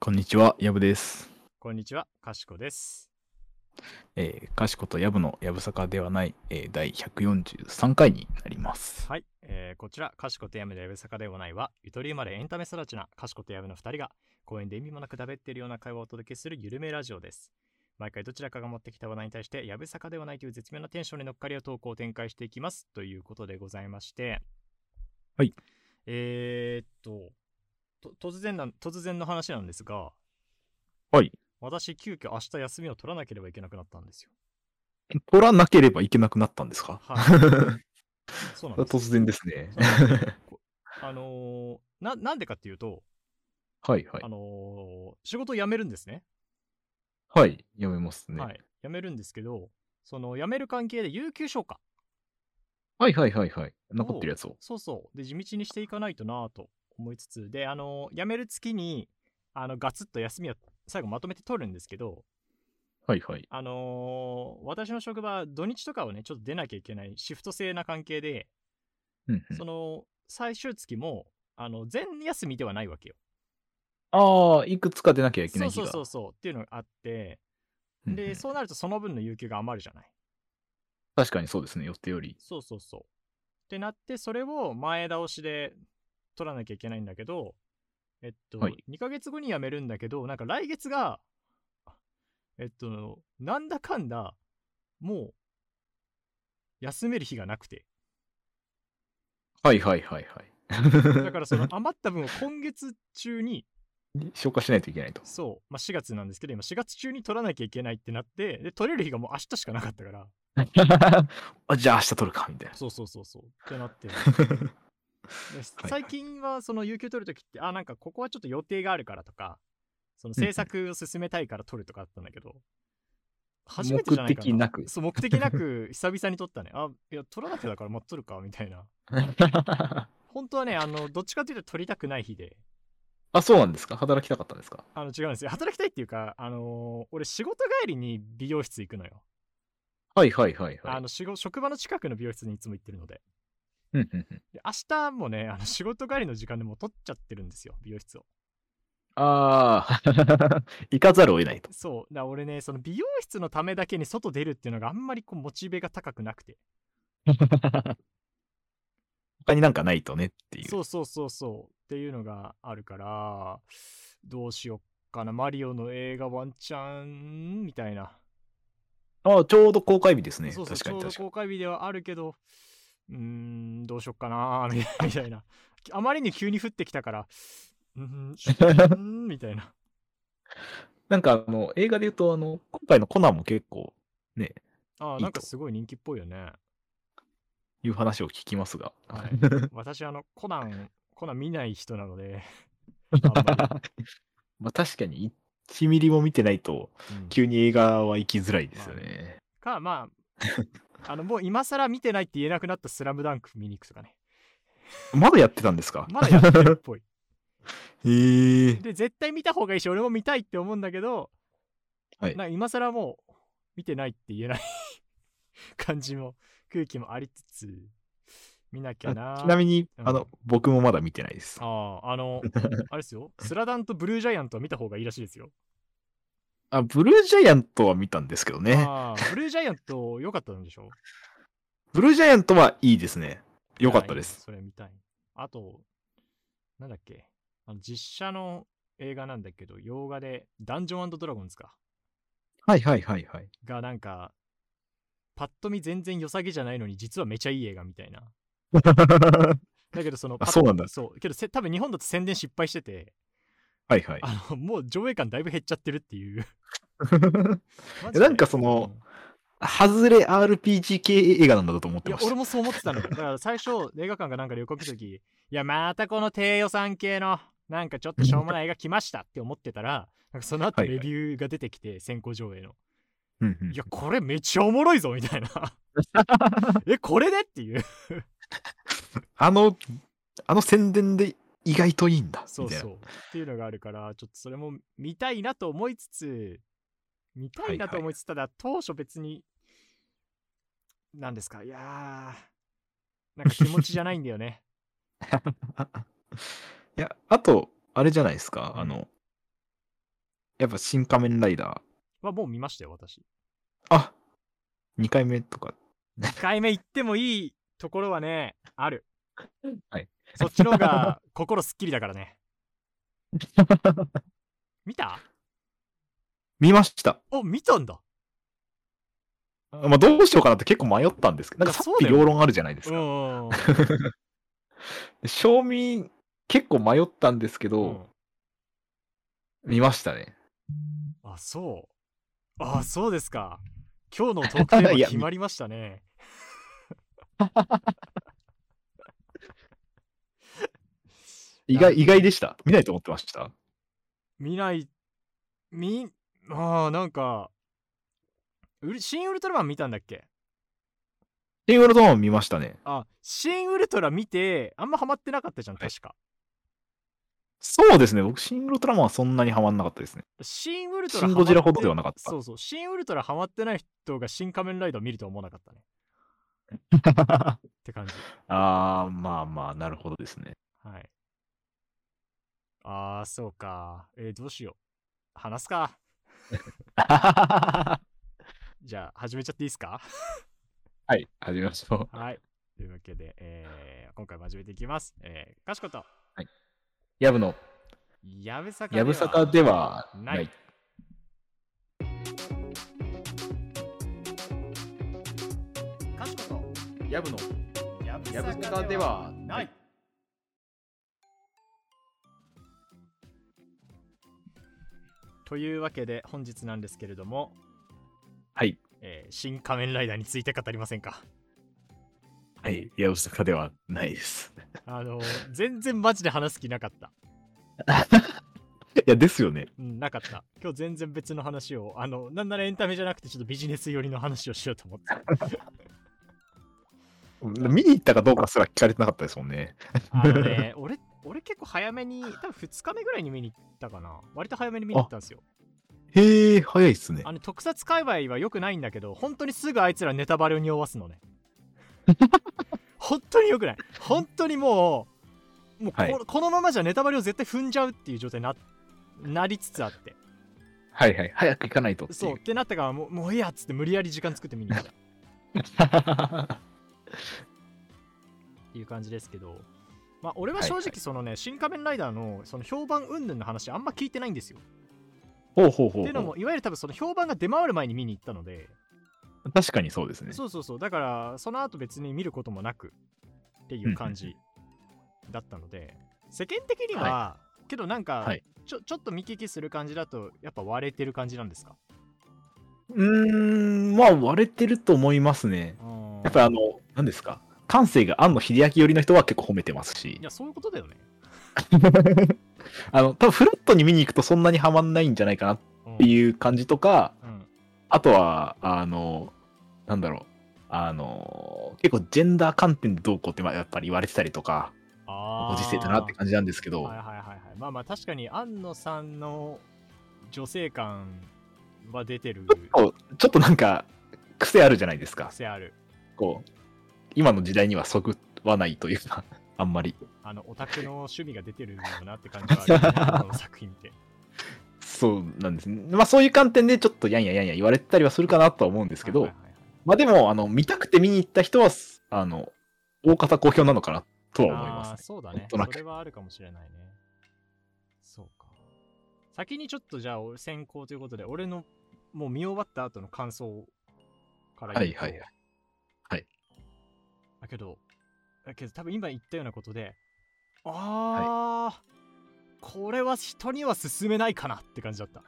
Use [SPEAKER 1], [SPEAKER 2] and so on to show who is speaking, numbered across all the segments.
[SPEAKER 1] こんにちは、やぶです。
[SPEAKER 2] こんにちは、かしこです。
[SPEAKER 1] えー、かしことやぶのやぶさかではない、えー、第143回になります。
[SPEAKER 2] はい、えーこちら、かしことやめのやぶさかではないは、ゆとり生まれエンタメ育ちなかしことやめの2人が、公園で意味もなくだべっているような会話をお届けするゆるめラジオです。毎回どちらかが持ってきた話題に対して、やぶさかではないという絶妙なテンションに乗っかりを投稿を展開していきます。ということでございまして、
[SPEAKER 1] はい。
[SPEAKER 2] えー、っとと、突然なん、突然の話なんですが、
[SPEAKER 1] はい。
[SPEAKER 2] 私、急遽明日休みを取らなければいけなくなったんですよ。
[SPEAKER 1] 取らなければいけなくなったんですか、
[SPEAKER 2] はいそうなんです。
[SPEAKER 1] 突然です ね。
[SPEAKER 2] こあのーな、なんでかっていうと、
[SPEAKER 1] はいはい
[SPEAKER 2] あ。のー仕事を辞めるんですね。
[SPEAKER 1] はい、やめますね。
[SPEAKER 2] は
[SPEAKER 1] はい
[SPEAKER 2] い。辞めるんですけど、その辞める関係で有給消化。
[SPEAKER 1] はいはいはいはい。残ってるやつを。
[SPEAKER 2] そうそう。で、地道にしていかないとなぁと思いつつ、で、あのー辞める月に、あの、ガツッと休みを最後まとめて取るんですけど、
[SPEAKER 1] はいはい。
[SPEAKER 2] あのー私の職場、土日とかはね、ちょっと出なきゃいけないシフト制な関係で、
[SPEAKER 1] うんうん
[SPEAKER 2] その、最終月も、あの、全休みではないわけよ。
[SPEAKER 1] ああ、いくつか出なきゃいけな
[SPEAKER 2] そ
[SPEAKER 1] い日
[SPEAKER 2] うそう
[SPEAKER 1] が。
[SPEAKER 2] そうそう。っていうのがあって、
[SPEAKER 1] うんうん
[SPEAKER 2] で、そうなるとその分の有給が余るじゃない。
[SPEAKER 1] 確かにそうですね、予定より。
[SPEAKER 2] そうそうそう。ってなって、それを前倒しで取らなきゃいけないんだけど、えっと、
[SPEAKER 1] はい
[SPEAKER 2] 2ヶ月後に辞めるんだけど、なんか来月が、えっと、なんだかんだ、もう、休める日がなくて。
[SPEAKER 1] はいはいはいはい。
[SPEAKER 2] だか らその余った分を今月中に、
[SPEAKER 1] 消化しないといけないと。
[SPEAKER 2] そう、まあ4月なんですけど、今4月中に取らなきゃいけないってなって、で、取れる日がもう明日しかなかったから、
[SPEAKER 1] あじゃあ明日取るか、みたいな。
[SPEAKER 2] そうそうそうそう、って なって。で
[SPEAKER 1] はい
[SPEAKER 2] 最近はその有給取るときってあなんかここはちょっと予定があるからとかその制作を進めたいから取るとかあったんだけど、初めてじゃないかな
[SPEAKER 1] 目的なく
[SPEAKER 2] そう目的なく久々に取ったねあいや取らなきゃだからまあ取るかみたいな 本当はねあのどっちかというと取りたくない日で
[SPEAKER 1] あ、そうなんですか働きたかったんですか
[SPEAKER 2] あの違うんですよ働きたいっていうかあの俺仕事帰りに美容室行くのよ、
[SPEAKER 1] はいはいはいはい。
[SPEAKER 2] あの仕事職場の近くの美容室にいつも行ってるので
[SPEAKER 1] うんうんうん
[SPEAKER 2] で明日もねあの仕事帰りの時間でもう取っちゃってるんですよ美容室を
[SPEAKER 1] ああ、 行かざるを得ない と。
[SPEAKER 2] そう。だから俺ね、その美容室のためだけに外出るっていうのがあんまりこうモチベが高くなくて。
[SPEAKER 1] 他になんかないとねっていう。
[SPEAKER 2] そうそうそうそう。っていうのがあるから、どうしよっかな。マリオの映画ワンチャンみたいな。
[SPEAKER 1] ああ、ちょうど公開日ですね。
[SPEAKER 2] そうそう、
[SPEAKER 1] 確
[SPEAKER 2] ち
[SPEAKER 1] か
[SPEAKER 2] ょ
[SPEAKER 1] に
[SPEAKER 2] うど
[SPEAKER 1] 確かに。
[SPEAKER 2] 公開日ではあるけど、うーん、どうしよっかな、 み たいなみたいな。あまりに急に降ってきたから、うーん、う ーんみたいな。
[SPEAKER 1] なんかあの、映画で言うと、あの、今回のコナンも結構、
[SPEAKER 2] ああ、なんかすごい人気っぽいよね。
[SPEAKER 1] いう話を聞きますが。
[SPEAKER 2] はい、私、あの、コナン、コナン見ない人な ので、あんまり
[SPEAKER 1] まあ確かに、1ミリも見てないと、
[SPEAKER 2] うん
[SPEAKER 1] 急に映画は行きづらいですよね。
[SPEAKER 2] かま ああのもう今更見てないって言えなくなった「スラムダンク見に行くとかね
[SPEAKER 1] まだやってたんですか
[SPEAKER 2] まだやってるっぽい
[SPEAKER 1] へえ。
[SPEAKER 2] で絶対見た方がいいし俺も見たいって思うんだけど、
[SPEAKER 1] はい
[SPEAKER 2] なんか今更もう見てないって言えない感じも空気もありつつ見なきゃな
[SPEAKER 1] あちなみに、
[SPEAKER 2] うん
[SPEAKER 1] あの、僕もまだ見てないです。
[SPEAKER 2] あああ のあれですよスラダンとブルージャイアントは見た方がいいらしいですよ
[SPEAKER 1] あ、ブルージャイアントは見たんですけどね。
[SPEAKER 2] ああブルージャイアント良かったんでしょ
[SPEAKER 1] ブルージャイアントはいいですね。良かったで
[SPEAKER 2] いやいい
[SPEAKER 1] す。
[SPEAKER 2] それ見たい。あと、なんだっけ、あの実写の映画なんだけど、洋画で、ダンジョンドラゴンズか。
[SPEAKER 1] はいはいはいはい。
[SPEAKER 2] がなんか、パッと見全然良さげじゃないのに、実はめちゃいい映画みたいな。だけど、その、
[SPEAKER 1] あ
[SPEAKER 2] パッ
[SPEAKER 1] そうなんだ
[SPEAKER 2] そう。けどせ、多分日本だと宣伝失敗してて、
[SPEAKER 1] はいはい。
[SPEAKER 2] あの、もう上映感だいぶ減っちゃってるっていう。マジで
[SPEAKER 1] なんかその、外れ RPG 系映画なんだと思っ
[SPEAKER 2] うん
[SPEAKER 1] て
[SPEAKER 2] いや
[SPEAKER 1] ま、し
[SPEAKER 2] 俺
[SPEAKER 1] た。
[SPEAKER 2] もそう思ってたの よ。だから最初、映画館がなんか旅行来た時、いや、またこの低予算系の、なんかちょっとしょうもない映画来ましたって思ってたら、なんかその後
[SPEAKER 1] はいはい
[SPEAKER 2] レビューが出てきて、先行上映の。
[SPEAKER 1] うんうん
[SPEAKER 2] いや、これめっちゃおもろいぞみた いな。え、これでっていう。
[SPEAKER 1] あの、あの宣伝で意外といいんだ。
[SPEAKER 2] そうそう。っていうのがあるから、ちょっとそれも見たいなと思いつつ、見たいなと思いつつ、ただ当初別に、なんですか、いやー、なんか気持ちじゃないんだよね。
[SPEAKER 1] みたいな。いや、あと、あれじゃないですか。あの、やっぱ新仮面ライダー。
[SPEAKER 2] はもう見ましたよ、私。
[SPEAKER 1] あ2回目とか。
[SPEAKER 2] 1回目行ってもいいところはね、ある。
[SPEAKER 1] はい。
[SPEAKER 2] そっちの方 が心すっきりだからね。見た
[SPEAKER 1] 見ました。
[SPEAKER 2] お、見たんだ。
[SPEAKER 1] まあ、どうしようかなって結構迷ったんですけど、なんか
[SPEAKER 2] そ
[SPEAKER 1] 賛
[SPEAKER 2] う
[SPEAKER 1] 否
[SPEAKER 2] だよね
[SPEAKER 1] 両論あるじゃないです
[SPEAKER 2] う
[SPEAKER 1] か。
[SPEAKER 2] ん。
[SPEAKER 1] で賞味、結構迷ったんですけ
[SPEAKER 2] う
[SPEAKER 1] ど、
[SPEAKER 2] ん
[SPEAKER 1] 見ましたね。
[SPEAKER 2] あ、そう。あ、そうですか。今日のトークテーマ
[SPEAKER 1] いや
[SPEAKER 2] 決まりまし たね。
[SPEAKER 1] 意外、意外でした。見ないと思ってました。
[SPEAKER 2] 見ない、み、ああ、なんか、ウル新ウルトラマン見たんだっけ
[SPEAKER 1] シングルトーン見ましたね。
[SPEAKER 2] あ、新ウルトラ見て、あんまハマってなかったじゃん、
[SPEAKER 1] はい
[SPEAKER 2] 確か。
[SPEAKER 1] そうですね。僕、シングルトラマンはそんなにハマんなかったですね。
[SPEAKER 2] 新ウルトラ
[SPEAKER 1] シンゴジラほどでは
[SPEAKER 2] な
[SPEAKER 1] なかった。
[SPEAKER 2] そうそう、新ウルトラハマってない人が新仮面ライダー見るとは思わな かったね。
[SPEAKER 1] あ
[SPEAKER 2] って感じ。
[SPEAKER 1] あー、まあまあ、なるほどです ね。
[SPEAKER 2] はい。ああ、そうか。えーどうしよう。話すか。
[SPEAKER 1] は
[SPEAKER 2] じゃあ、始めちゃっていいですか
[SPEAKER 1] い、始めましょう。
[SPEAKER 2] はい。というわけで、えー今回も始めていきます。えー、かしこと、
[SPEAKER 1] やぶの、
[SPEAKER 2] やぶさかで
[SPEAKER 1] や
[SPEAKER 2] は
[SPEAKER 1] ぶさかではな
[SPEAKER 2] ないい。かしこ
[SPEAKER 1] やぶの、
[SPEAKER 2] と、やぶ
[SPEAKER 1] やぶさかでは。
[SPEAKER 2] ないというわけで、本日なんですけれども、
[SPEAKER 1] はい。
[SPEAKER 2] えー新仮面ライダーについて語りませんか。
[SPEAKER 1] はい、やぶさかではないです。
[SPEAKER 2] あのー全然マジで話す気なかった。
[SPEAKER 1] いや、ですよね。
[SPEAKER 2] うん、なかった。今日全然別の話を、あの、なんならエンタメじゃなくて、ちょっとビジネス寄りの話をしようと思って。
[SPEAKER 1] 見に行ったかどうかすら聞かれてなかったですもんね。
[SPEAKER 2] あの ね、俺、俺結構早めに、多分2日目ぐらいに見に行ったかな。割と早めに見に行ったんですよ。
[SPEAKER 1] へえ、早いっすね
[SPEAKER 2] あ。の、特撮界隈は良くないんだけど、本当にすぐあいつらネタバレを匂わすの ね。本当に良くない。本当にもう、もうこ,、
[SPEAKER 1] はい
[SPEAKER 2] このままじゃネタバレを絶対踏んじゃうっていう状態にななりつつあって。
[SPEAKER 1] はいはい、早く行かないとっていう
[SPEAKER 2] そうっ。てなったから、もう、もういいやっつって無理やり時間作って見に行った。っていう感じですけど、まあ、俺は正
[SPEAKER 1] はいは
[SPEAKER 2] 直そのね、新仮面ライダーのその評判云々の話あんま聞いてないんですよ。
[SPEAKER 1] ほうほうほうほう。
[SPEAKER 2] っていうのもいわゆる多分その評判が出回る前に見に行ったので、
[SPEAKER 1] 確かにそうですね。
[SPEAKER 2] そうそうそうだからその後別に見ることもなくっていう感じだったので、世間的には、けどなんか、
[SPEAKER 1] はい
[SPEAKER 2] ちょちょっと見聞きする感じだとやっぱ割れてる感じなんですか
[SPEAKER 1] うーん、まあ割れてると思いますね。やっぱりあの、何ですか感性が庵野秀明寄りの人は結構褒めてますし
[SPEAKER 2] い、やそういうことだよね。
[SPEAKER 1] あの、多分フラットに見に行くとそんなにハマんないんじゃないかなっ
[SPEAKER 2] うん
[SPEAKER 1] ていう感じとか、
[SPEAKER 2] うん
[SPEAKER 1] あとは、あの、なんだろう、あの、結構ジェンダー観点でどうこうってまあやっぱり言われてたりとか、
[SPEAKER 2] あ
[SPEAKER 1] ご
[SPEAKER 2] ー
[SPEAKER 1] 時世だなって感じなんですけど、
[SPEAKER 2] はいはいはいはいまあまあ確かに安野さんの女性感は出てる
[SPEAKER 1] こうちょっとなんか癖あるじゃないですか。
[SPEAKER 2] 癖ある
[SPEAKER 1] こう、今の時代にはそぐわないというか、あんまり。
[SPEAKER 2] あのオタクの趣味が出てるよなって感じはあ るよね安野の作品って
[SPEAKER 1] そうなんですね。まあそういう観点でちょっとやんややんや言われてたりはするかなとは思うんですけど、
[SPEAKER 2] はいはいはい
[SPEAKER 1] まあでも、あの、見たくて見に行った人は、あの、大方好評なのかなとは思い
[SPEAKER 2] あ
[SPEAKER 1] ま
[SPEAKER 2] ー
[SPEAKER 1] す、
[SPEAKER 2] そうだ
[SPEAKER 1] な
[SPEAKER 2] ね
[SPEAKER 1] んとなく
[SPEAKER 2] それはあるかもしれないねそうか先にちょっとじゃあ俺先行ということで俺のもう見終わった後の感想から言うと
[SPEAKER 1] はいはいはいはい
[SPEAKER 2] だけどだけど多分今言ったようなことでああ、これは人には勧めないかなって感じだった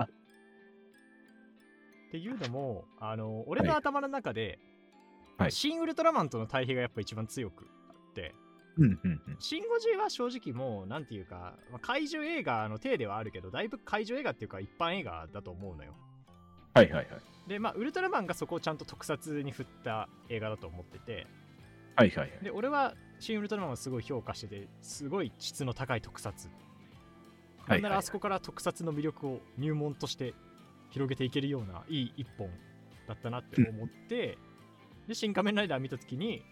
[SPEAKER 1] ね。
[SPEAKER 2] っていうのもあの俺の
[SPEAKER 1] はい
[SPEAKER 2] 頭の中で、
[SPEAKER 1] はい
[SPEAKER 2] シン・ウルトラマンとの対比がやっぱ一番強くあって
[SPEAKER 1] うんうんうん。
[SPEAKER 2] シン・ゴジは正直もう、なんていうか、まあ怪獣映画の体ではあるけど、だいぶ怪獣映画っていうか、一般映画だと思うのよ。
[SPEAKER 1] はいはいはい。
[SPEAKER 2] で、まあ、ウルトラマンがそこをちゃんと特撮に振った映画だと思ってて、
[SPEAKER 1] はいはいはい。
[SPEAKER 2] で、俺は、シン・ウルトラマンをすごい評価してて、すごい質の高い特撮。
[SPEAKER 1] は
[SPEAKER 2] な
[SPEAKER 1] は
[SPEAKER 2] いんないら
[SPEAKER 1] は
[SPEAKER 2] あ
[SPEAKER 1] い
[SPEAKER 2] そこから特撮の魅力を入門として広げていけるような、いい一本だったなって思って、で、新仮面ライダー見たときに、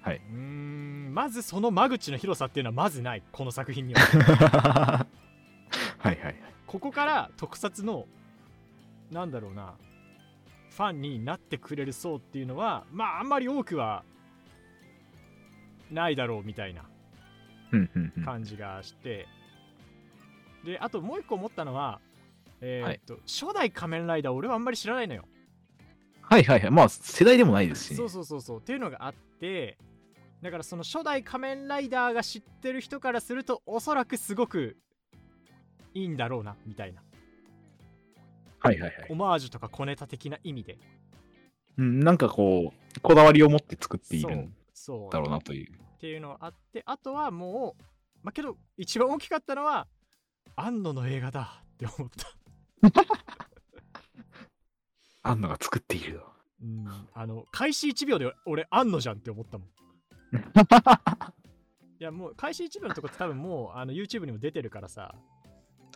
[SPEAKER 1] はいう
[SPEAKER 2] ーん、まずその間口の広さっていうのはまずない、この作品には。
[SPEAKER 1] はいはいはい。
[SPEAKER 2] ここから特撮のなんだろうなファンになってくれる層っていうのはまああんまり多くはないだろうみたいな
[SPEAKER 1] うんうんうん
[SPEAKER 2] 感じがして、であともう一個思ったのはえーっと、初代仮面ライダー俺はあんまり知らないのよ
[SPEAKER 1] はいはいはい。まあ、世代でもないですしね。
[SPEAKER 2] そうそうそうそうっていうのがあってだからその初代仮面ライダーが知ってる人からするとおそらくすごくいいんだろうなみたいな
[SPEAKER 1] はいはいはい
[SPEAKER 2] オマージュとか小ネタ的な意味で
[SPEAKER 1] うん。なんかこう、こだわりを持って作ってい
[SPEAKER 2] そ
[SPEAKER 1] る
[SPEAKER 2] うんそう
[SPEAKER 1] だろうなという。
[SPEAKER 2] っていうのがあってあとはもうまあけど一番大きかったのは安野の映画だって思った
[SPEAKER 1] アンナが作っている。
[SPEAKER 2] うんあの開始1秒で俺あんのじゃんって思ったも ん。いやもう開始1秒のとこって多分もうあの YouTube にも出てるからさ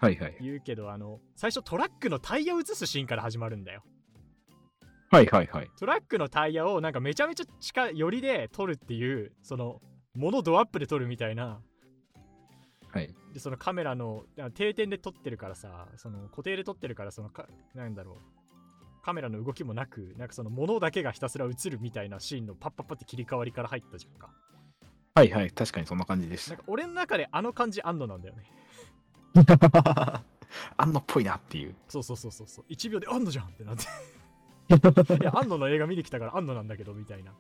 [SPEAKER 1] はいはい。
[SPEAKER 2] 言うけどあの最初トラックのタイヤを映すシーンから始まるんだよ
[SPEAKER 1] はいはいはい。
[SPEAKER 2] トラックのタイヤをなんかめちゃめちゃ近寄りで撮るっていうそのモノドアップで撮るみたいな
[SPEAKER 1] はい。
[SPEAKER 2] でそのカメラのあ定点で撮ってるからさその固定で撮ってるからそのかなんだろうカメラの動きもなくなんかそのものだけがひたすら映るみたいなシーンのパッパッパって切り替わりから入ったじゃんか
[SPEAKER 1] はいはい。確かにそんな感じでし
[SPEAKER 2] なんか俺の中であの感じ安野なんだよね
[SPEAKER 1] た。アンナっぽいなって いう。
[SPEAKER 2] そうそうそうそうそう1秒で安野じゃんっ てなっていや安野の映画見に来たから安野なんだけどみた いな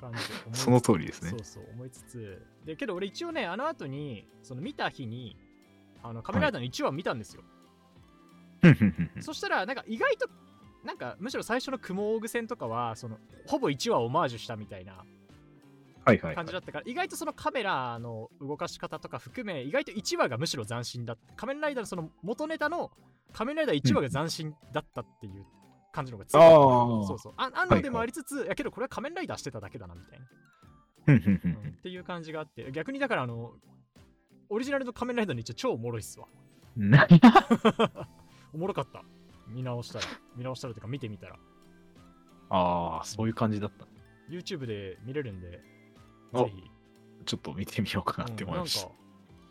[SPEAKER 2] 感じで思いつつ
[SPEAKER 1] その通りですね
[SPEAKER 2] そうそう思いつつでけど俺一応ねあの後にその見た日にあのカメライダーの1話見たんですよ、
[SPEAKER 1] うんうんうんうん
[SPEAKER 2] そしたらなんか意外となんかむしろ最初の雲大具戦とかはそのほぼ1話をオマージュしたみたいな
[SPEAKER 1] はいはいは
[SPEAKER 2] 感
[SPEAKER 1] い
[SPEAKER 2] じだ。ったから、意外とそのカメラの動かし方とか含め意外と1話がむしろ斬新だった仮面ライダーのその元ネタの仮面ライダー1話が斬新だったっていう感じの方が強かった、
[SPEAKER 1] ああ
[SPEAKER 2] そうそうあ安野でもありつつ、いやけどこれは仮面ライダーしてただけだなみたいな、
[SPEAKER 1] うんうんう
[SPEAKER 2] うんんっていう感じがあって逆にだからあのオリジナルの仮面ライダーの一応超おもろいっすわ
[SPEAKER 1] うんな
[SPEAKER 2] おもろかった見直したら見直したらというか見てみたら
[SPEAKER 1] ああ、そういう感じだった。
[SPEAKER 2] YouTube で見れるんで、ぜ
[SPEAKER 1] お
[SPEAKER 2] ひ。
[SPEAKER 1] ちょっと見てみようかなって思いました
[SPEAKER 2] うん。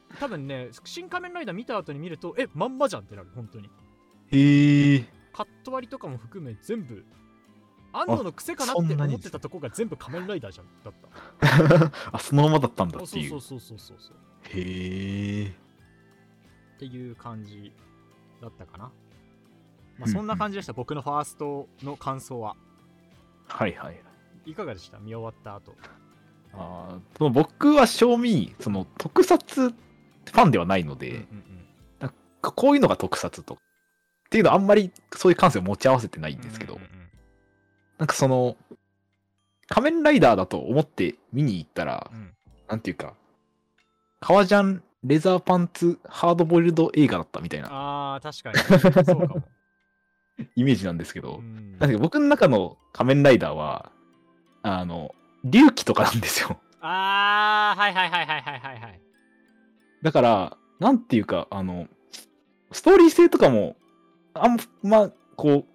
[SPEAKER 2] なんか多分ね、新仮面ライダー見た後に見ると、え、まんまじゃんってなる、本当に。
[SPEAKER 1] へえ。
[SPEAKER 2] カット割りとかも含め、全部、安野の癖かなって
[SPEAKER 1] そんなに
[SPEAKER 2] 思ってたとこが全部仮面ライダーじゃんだっ た。
[SPEAKER 1] あ、そのままだったんだ
[SPEAKER 2] あ
[SPEAKER 1] って
[SPEAKER 2] そう
[SPEAKER 1] い
[SPEAKER 2] そうう。そうそうそうそう。
[SPEAKER 1] へえ。
[SPEAKER 2] っていう感じだったかな。
[SPEAKER 1] うん
[SPEAKER 2] ま
[SPEAKER 1] う
[SPEAKER 2] あ、
[SPEAKER 1] ん
[SPEAKER 2] そんな感じでした、僕のファーストの感想は。
[SPEAKER 1] はいはい。
[SPEAKER 2] いかがでした見終わった後。
[SPEAKER 1] あーその僕は正味、その特撮ファンではないので、
[SPEAKER 2] うんうん
[SPEAKER 1] こういうのが特撮とか。っていうのはあんまりそういう感性を持ち合わせてない
[SPEAKER 2] うんん
[SPEAKER 1] ですけど、
[SPEAKER 2] うんうんうん
[SPEAKER 1] なんかその、仮面ライダーだと思って見に行ったら、
[SPEAKER 2] うん
[SPEAKER 1] なんていうか、革ジャン、レザーパンツ、ハードボイルド映画だったみたいな
[SPEAKER 2] ああ、確かに。そうか も。
[SPEAKER 1] イメージなんですけど、
[SPEAKER 2] うん
[SPEAKER 1] なんか僕の中の仮面ライダーは、あの、隆起とかなんですよ。
[SPEAKER 2] あー、はいはいはいはいはいはいはい。
[SPEAKER 1] だから、なんていうか、あの、ストーリー性とかも、あんま、こう、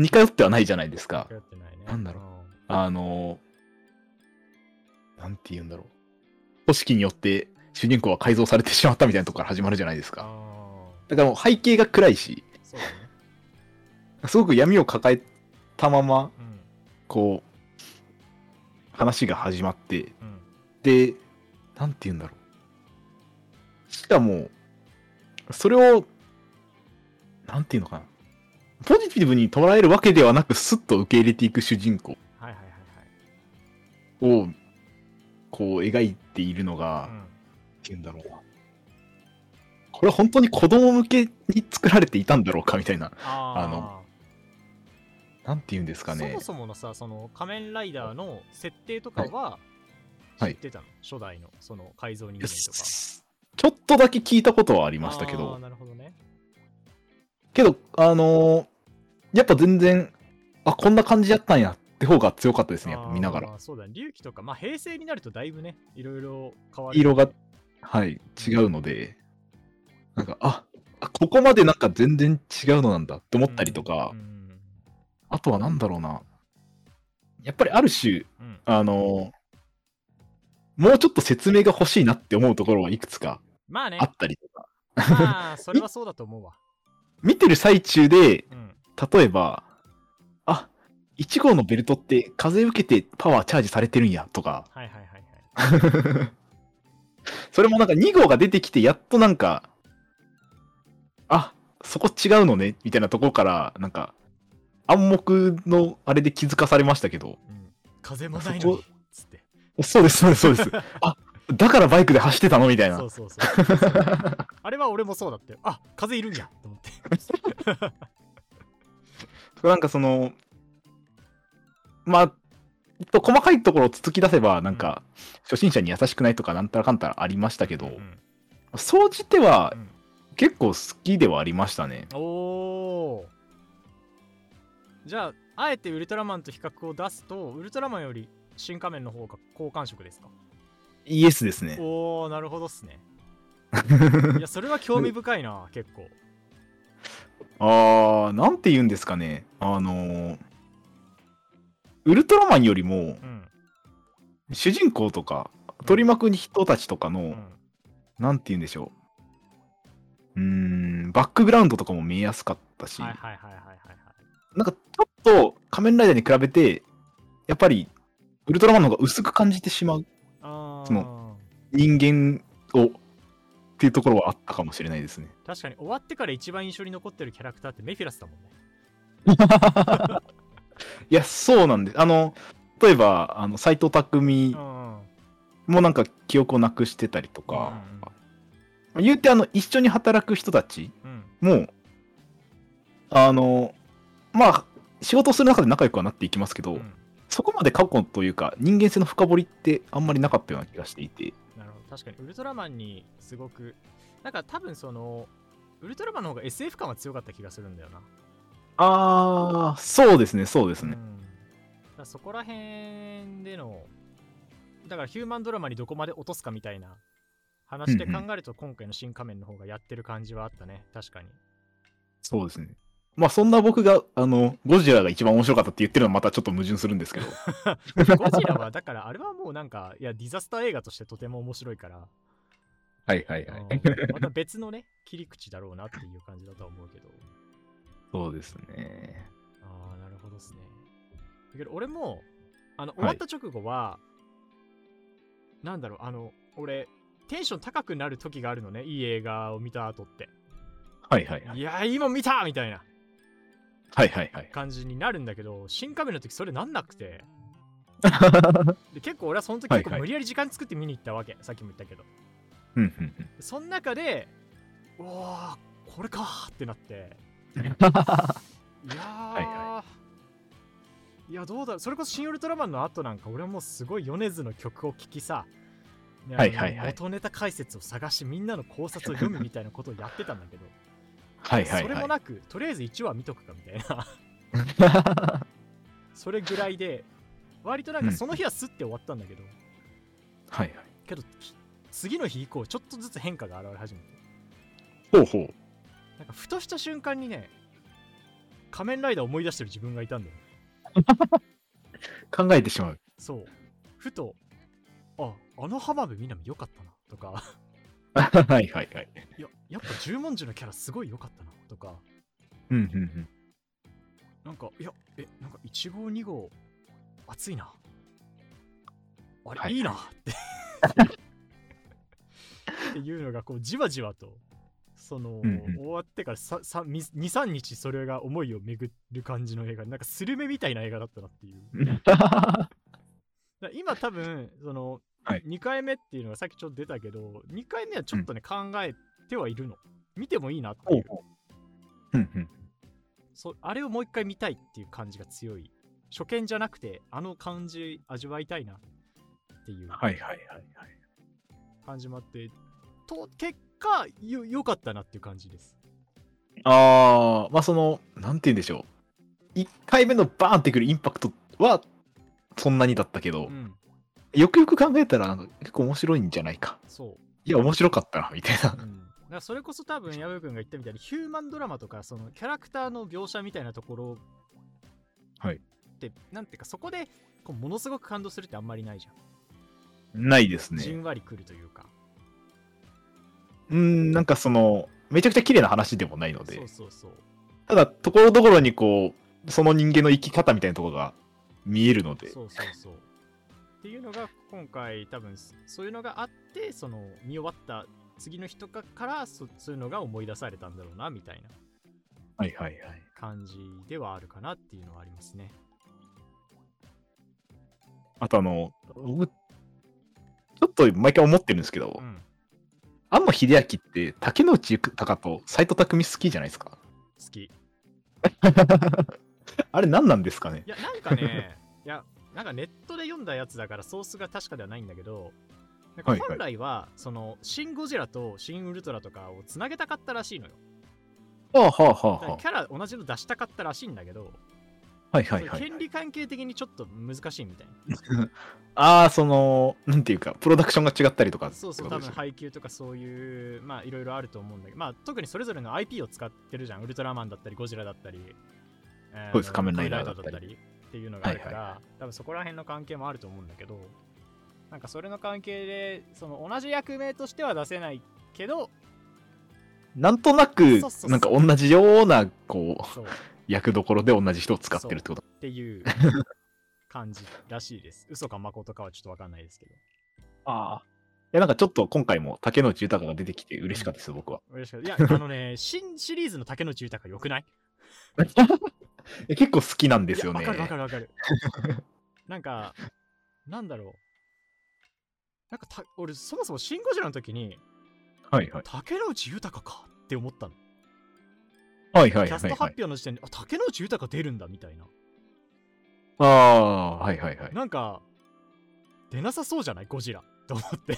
[SPEAKER 1] 似通ってはないじゃないですか。
[SPEAKER 2] 通ってないね。
[SPEAKER 1] なんだろ
[SPEAKER 2] う。
[SPEAKER 1] あの、なんて言うんだろう。組織によって主人公は改造されてしまったみたいなとこから始まるじゃないです
[SPEAKER 2] あ
[SPEAKER 1] か。
[SPEAKER 2] ー
[SPEAKER 1] だからもう背景が暗いし、
[SPEAKER 2] そうだね。
[SPEAKER 1] すごく闇を抱えたまま、
[SPEAKER 2] うん。
[SPEAKER 1] こう、話が始まって、
[SPEAKER 2] うん。
[SPEAKER 1] で、なんて言うんだろう。しかも、それを、なんて言うのかな。ポジティブに捉えるわけではなく、スッと受け入れていく主人公
[SPEAKER 2] はいはいはい
[SPEAKER 1] を、こう、描いているのが、
[SPEAKER 2] はい。
[SPEAKER 1] っていうんだろうな。これ本当に子供向けに作られていたんだろうかみたいな。
[SPEAKER 2] あ
[SPEAKER 1] あ
[SPEAKER 2] の
[SPEAKER 1] の、なんて言うんですか
[SPEAKER 2] そ
[SPEAKER 1] ね
[SPEAKER 2] も。そものさ、その仮面ライダーの設定とかは知
[SPEAKER 1] はい
[SPEAKER 2] ってたの初代のその改造人
[SPEAKER 1] よ
[SPEAKER 2] 間
[SPEAKER 1] し
[SPEAKER 2] とか。
[SPEAKER 1] ちょっとだけ聞いたことはあり
[SPEAKER 2] い
[SPEAKER 1] ましたけど、
[SPEAKER 2] なるほどね。
[SPEAKER 1] けど、あのーやっぱ全然、あ、こんな感じやったんやって方が強かったですね、やっぱ見ながら。
[SPEAKER 2] あー。そうだね。隆起とか、まあ平成になるとだいぶね、いろいろ変わる。
[SPEAKER 1] 色が、はい、違うので、なんか、あ、あここまでなんか全然違うのなんだって思ったりとか、
[SPEAKER 2] うんうん
[SPEAKER 1] あとはなんだろうな。やっぱりある種、
[SPEAKER 2] うん
[SPEAKER 1] あの、もうちょっと説明が欲しいなって思うところはいくつか
[SPEAKER 2] まあね
[SPEAKER 1] あ、ったりとか。
[SPEAKER 2] まあ、それはそうだと思うわ。
[SPEAKER 1] 見てる最中で、
[SPEAKER 2] うん。
[SPEAKER 1] 例えば、あ、1号のベルトって風受けてパワーチャージされてるんや、とか。
[SPEAKER 2] はいはいはいはい。
[SPEAKER 1] それもなんか2号が出てきて、やっとなんか、あ、そこ違うのね、みたいなとこから、なんか、暗黙のあれで気づかされましたけど、
[SPEAKER 2] うん、風もないのに
[SPEAKER 1] そこ
[SPEAKER 2] つって。
[SPEAKER 1] そうです、そうです、そうです。あ、だからバイクで走ってたのみたいな。
[SPEAKER 2] そ
[SPEAKER 1] そう
[SPEAKER 2] そう そうそうそう。あれは俺もそうだって。あ風いるんやと思って。
[SPEAKER 1] こなんかその、まあ、と細かいところをつつき出せば、なんか、初心者に優しくないとか、なんたらかんたらありましたけど、
[SPEAKER 2] うん
[SPEAKER 1] 総じては
[SPEAKER 2] うん
[SPEAKER 1] 結構好きではありましたね。
[SPEAKER 2] おーじゃああえてウルトラマンと比較を出すとウルトラマンより新仮面の方が好感触ですか
[SPEAKER 1] イエスですね。
[SPEAKER 2] おーなるほどっす ねいやそれは興味深いな結構
[SPEAKER 1] あー、なんて言うんですかね。あのーウルトラマンよりも
[SPEAKER 2] う、ん
[SPEAKER 1] 主人公とか、取り巻く人たちとかの、
[SPEAKER 2] うん
[SPEAKER 1] なんて言うんでしょう。うーん、バックグラウンドとかも見えやすかったし、
[SPEAKER 2] はいはいはいはいはいはい
[SPEAKER 1] なんかちょっと仮面ライダーに比べて、やっぱり、ウルトラマンの方が薄く感じてしまう
[SPEAKER 2] あ
[SPEAKER 1] そ
[SPEAKER 2] ー
[SPEAKER 1] 人間を、っていうところはあったかもしれないですね。
[SPEAKER 2] 確かに終わってから一番印象に残ってるキャラクターってメフィラスだもんね
[SPEAKER 1] いや、そうなんです。あの、例えば、あの、斎藤
[SPEAKER 2] う
[SPEAKER 1] 匠
[SPEAKER 2] んうん
[SPEAKER 1] もなんか記憶をなくしてたりとか、言うて、あの、一緒に働く人たち
[SPEAKER 2] うん
[SPEAKER 1] も、あの、まあ、仕事をする中で仲良くはなっていきますけど、
[SPEAKER 2] うん
[SPEAKER 1] そこまで過去というか、人間性の深掘りってあんまりなかったような気がしていて、
[SPEAKER 2] なるほど確かにウルトラマンにすごくなんか多分そのウルトラマンの方が SF 感は強かった気がするんだよな
[SPEAKER 1] あー、そうですね、そうです
[SPEAKER 2] うん、だ
[SPEAKER 1] ね。
[SPEAKER 2] からそこら辺でのだからヒューマンドラマにどこまで落とすかみたいな話で
[SPEAKER 1] うん
[SPEAKER 2] 考
[SPEAKER 1] うん
[SPEAKER 2] えると今回の新仮面の方がやってる感じはあったね確 かに
[SPEAKER 1] そうですね。まあ、そんな僕が、あの、ゴジラが一番面白かったって言ってるのはまたちょっと矛盾するんですけど、
[SPEAKER 2] ゴジラはだからあれはもうなんかいやディザスター映画としてとても面白いから、
[SPEAKER 1] はいはい
[SPEAKER 2] うんまた別のね切り口だろうなっていう感じだとは思うけど
[SPEAKER 1] そうですね。
[SPEAKER 2] ああ、なるほどですね。だけど俺も、あの、
[SPEAKER 1] い
[SPEAKER 2] 終わった直後は、なんだろう、あの、俺、テンション高くなる時があるのね、いい映画を見た後って。
[SPEAKER 1] はいはいはい。
[SPEAKER 2] いやー、今見たみたいな
[SPEAKER 1] はいはいはい。
[SPEAKER 2] 感じになるんだけど、新カメラの時それなんな くて。で結構俺はその時
[SPEAKER 1] はいはい
[SPEAKER 2] 結構無理やり時間作って見に行ったわけ、さっきも言ったけど。
[SPEAKER 1] うんうんうん
[SPEAKER 2] その中で、うわー、これかーって なって。いや
[SPEAKER 1] い
[SPEAKER 2] ー、い、
[SPEAKER 1] はい
[SPEAKER 2] やどうだろうそれこそ「シン・ウルトラマン」の後なんか俺はもうすごい米津の曲を聴きさ、ね
[SPEAKER 1] はいはいはい
[SPEAKER 2] 元ネタ解説を探しみんなの考察を読むみたいなことをやってたんだけど
[SPEAKER 1] はいはい
[SPEAKER 2] それ
[SPEAKER 1] は
[SPEAKER 2] も
[SPEAKER 1] い。
[SPEAKER 2] なくとりあえず1話見とくかみたいな それぐらいで割となんかその日はすって終わったんだけど、
[SPEAKER 1] はいはい。
[SPEAKER 2] けどき次の日以降ちょっとずつ変化が現れ始めて
[SPEAKER 1] ほうほう。
[SPEAKER 2] なんかふとした瞬間にね仮面ライダーを思い出してる自分がいたんだよ
[SPEAKER 1] 考えてし まう。
[SPEAKER 2] そう。ふと、あ、あの浜辺美波良かったな、とか、
[SPEAKER 1] はいはいはい。
[SPEAKER 2] いや、やっぱ十文字のキャラすごい良かったな、とか、
[SPEAKER 1] うんうんうん。
[SPEAKER 2] なんか、いや、え、なんか1号2号、熱いな。あれ、
[SPEAKER 1] はい
[SPEAKER 2] い、いな、って。っていうのが、こう、じわじわと、その、
[SPEAKER 1] うんうん
[SPEAKER 2] 終わってからささみ2、3日それが思いを巡る感じの映画、なんかスルメみたいな映画だったなっていう。 だから今多分その、
[SPEAKER 1] はい
[SPEAKER 2] 2回目っていうのがさっきちょっと出たけど2回目はちょっとね、考えてはいるの見てもいいなって
[SPEAKER 1] ほ
[SPEAKER 2] いうう
[SPEAKER 1] ほう。うんうん。
[SPEAKER 2] そうあれをもう一回見たいっていう感じが強い初見じゃなくてあの感じ味わいたいなっていう
[SPEAKER 1] はいはいはいはい。
[SPEAKER 2] 感じもあって、と結果よ良かったなっていう感じです
[SPEAKER 1] あー、まあその、なんて言うんでしょう。1回目のバーンってくるインパクトは、そんなにだったけど、
[SPEAKER 2] うん
[SPEAKER 1] よくよく考えたら、なんか結構面白いんじゃないか。
[SPEAKER 2] そう
[SPEAKER 1] いや、面白かったな、みたいな。
[SPEAKER 2] うんだからそれこそ多分矢部君が言ったみたいにヒューマンドラマとかそのキャラクターの描写みたいなところ
[SPEAKER 1] はい
[SPEAKER 2] ってなんていうかそこでこうものすごく感動するってあんまりないじゃん、
[SPEAKER 1] ないです
[SPEAKER 2] じ
[SPEAKER 1] ね。
[SPEAKER 2] んわりくるというか
[SPEAKER 1] うん、なんかその、めちゃくちゃ綺麗な話でもないの
[SPEAKER 2] そ
[SPEAKER 1] で
[SPEAKER 2] う、そうそう
[SPEAKER 1] ただ、ところどころにこう、その人間の生き方みたいなところが見えるので、
[SPEAKER 2] そうそうそう。っていうのが今回多分そういうのがあってその見終わった次の日とかからそそういうのが思い出されたんだろうなみたいな
[SPEAKER 1] はいはいはい。
[SPEAKER 2] 感じではあるかなっていうのはありますね。
[SPEAKER 1] あとあの、僕、ちょっと毎回思ってるんですけど、
[SPEAKER 2] うん、
[SPEAKER 1] 安野秀明って竹野内隆と斎藤匠好きじゃないです か。
[SPEAKER 2] 好き。い
[SPEAKER 1] あれ何なんですかね
[SPEAKER 2] やなんか ねいやなんかネットで読んだやつだからソースが確かではないんだけどなんか
[SPEAKER 1] はいはい
[SPEAKER 2] 本来はその「シン・ゴジラ」と「シン・ウルトラ」とかをつなげたかったらしいのよ。
[SPEAKER 1] はあはあは
[SPEAKER 2] だからキャラ同じの出したかったらしいんだけど、
[SPEAKER 1] あ。はいはい
[SPEAKER 2] そ
[SPEAKER 1] は
[SPEAKER 2] の
[SPEAKER 1] い
[SPEAKER 2] 権。利関係的にちょっと難しいみたいな。
[SPEAKER 1] ああ、その、なんていうか、プロダクションが違ったりとか。
[SPEAKER 2] そうそう、
[SPEAKER 1] ってことで
[SPEAKER 2] 多分
[SPEAKER 1] すよね
[SPEAKER 2] 配給とかそういう、まあいろいろあると思うんだけど、まあ特にそれぞれの IP を使ってるじゃん。ウルトラマンだったり、ゴジラだったり、えー
[SPEAKER 1] そうです仮面ライダーだったり
[SPEAKER 2] 仮面ライダっていうのがあるから、
[SPEAKER 1] はい
[SPEAKER 2] 多分そこら辺の関係もあると思うんだけど、なんかそれの関係で、その同じ役名としては出せないけど、
[SPEAKER 1] なんとなく
[SPEAKER 2] そうそうそ、う
[SPEAKER 1] なんか同じような、こう、
[SPEAKER 2] そうっ
[SPEAKER 1] 役どころで同じ人を使ってるってこと。
[SPEAKER 2] て いう感じらしいです。嘘か誠かはちょっとわかんないですけど。
[SPEAKER 1] ああ。いや、なんかちょっと今回も竹野内豊が出てきて嬉しかったです、僕は。
[SPEAKER 2] 嬉しかった。いや、あのね、新シリーズの竹野内豊良くない
[SPEAKER 1] え結構好きなんですよ
[SPEAKER 2] い
[SPEAKER 1] ね。
[SPEAKER 2] やわかるわかるわかる。 なんか、なんだろう。なんかた、俺、そもそもシン・ゴジラの時に、
[SPEAKER 1] はいはい。
[SPEAKER 2] 竹野内豊かって思ったの。
[SPEAKER 1] はいはい
[SPEAKER 2] キャ
[SPEAKER 1] は
[SPEAKER 2] ス
[SPEAKER 1] い
[SPEAKER 2] ト
[SPEAKER 1] は
[SPEAKER 2] 発
[SPEAKER 1] い。
[SPEAKER 2] 表の時点で、あ、竹野内豊出るんだみたいな。
[SPEAKER 1] ああ、はいはいはい。
[SPEAKER 2] なんか、出なさそうじゃないゴジラ。 と思 って。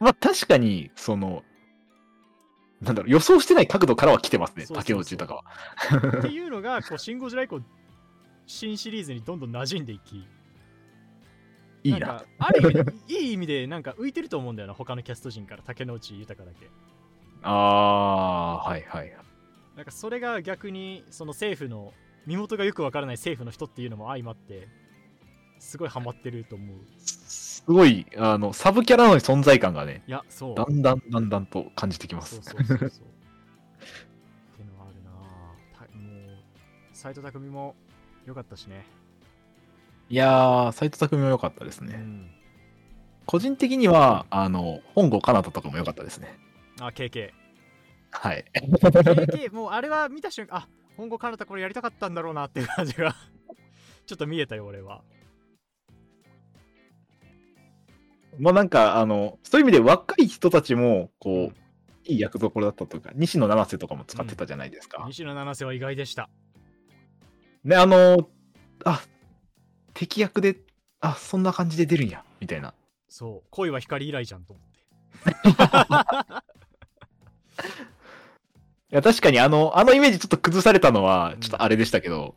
[SPEAKER 1] まあ確かに、その、なんだろう、予想してない角度からは来てますね、
[SPEAKER 2] そうそうそう
[SPEAKER 1] 竹内豊は。
[SPEAKER 2] っていうのが、こう、シン・ゴジラ以降、新シリーズにどんどん馴染んでいき、
[SPEAKER 1] いいな。
[SPEAKER 2] んかある意味で、いい意味で、なんか浮いてると思うんだよな、他のキャスト陣から、竹野内豊だけ。
[SPEAKER 1] ああー、はいはい。
[SPEAKER 2] なんかそれが逆にその政府の身元がよくわからない政府の人っていうのも相まってすごいハマってると思う
[SPEAKER 1] すごい、あの、サブキャラの存在感がね、
[SPEAKER 2] いやそう
[SPEAKER 1] だんだんだんだんと感じてきま
[SPEAKER 2] そ
[SPEAKER 1] す
[SPEAKER 2] う。そうそうそうってのはあるなぁたもう斎藤匠も良かったしね
[SPEAKER 1] いやー、斎藤匠も良かったです
[SPEAKER 2] う
[SPEAKER 1] ね。
[SPEAKER 2] ん、
[SPEAKER 1] 個人的には、あの、本郷奏太とかも良かったですね。
[SPEAKER 2] あ KK
[SPEAKER 1] はい。
[SPEAKER 2] KK もうあれは見た瞬間あ本郷かなたこれやりたかったんだろうなっていう感じが ちょっと見えたよ俺は
[SPEAKER 1] まあなんか、あの、そういう意味で若い人たちも、
[SPEAKER 2] う
[SPEAKER 1] こ
[SPEAKER 2] ん
[SPEAKER 1] う、いい役どころだったというか、西野七瀬とかも使ってたじゃないですか。
[SPEAKER 2] 西野七瀬は意外でした
[SPEAKER 1] ね、あの、あ、敵役で、あ、そんな感じで出るんや、みたいな。
[SPEAKER 2] そう恋は光以来じゃんと思って
[SPEAKER 1] いや、確かにあの、あのイメージちょっと崩されたのは
[SPEAKER 2] う、ん
[SPEAKER 1] ちょっとあれでしたけど。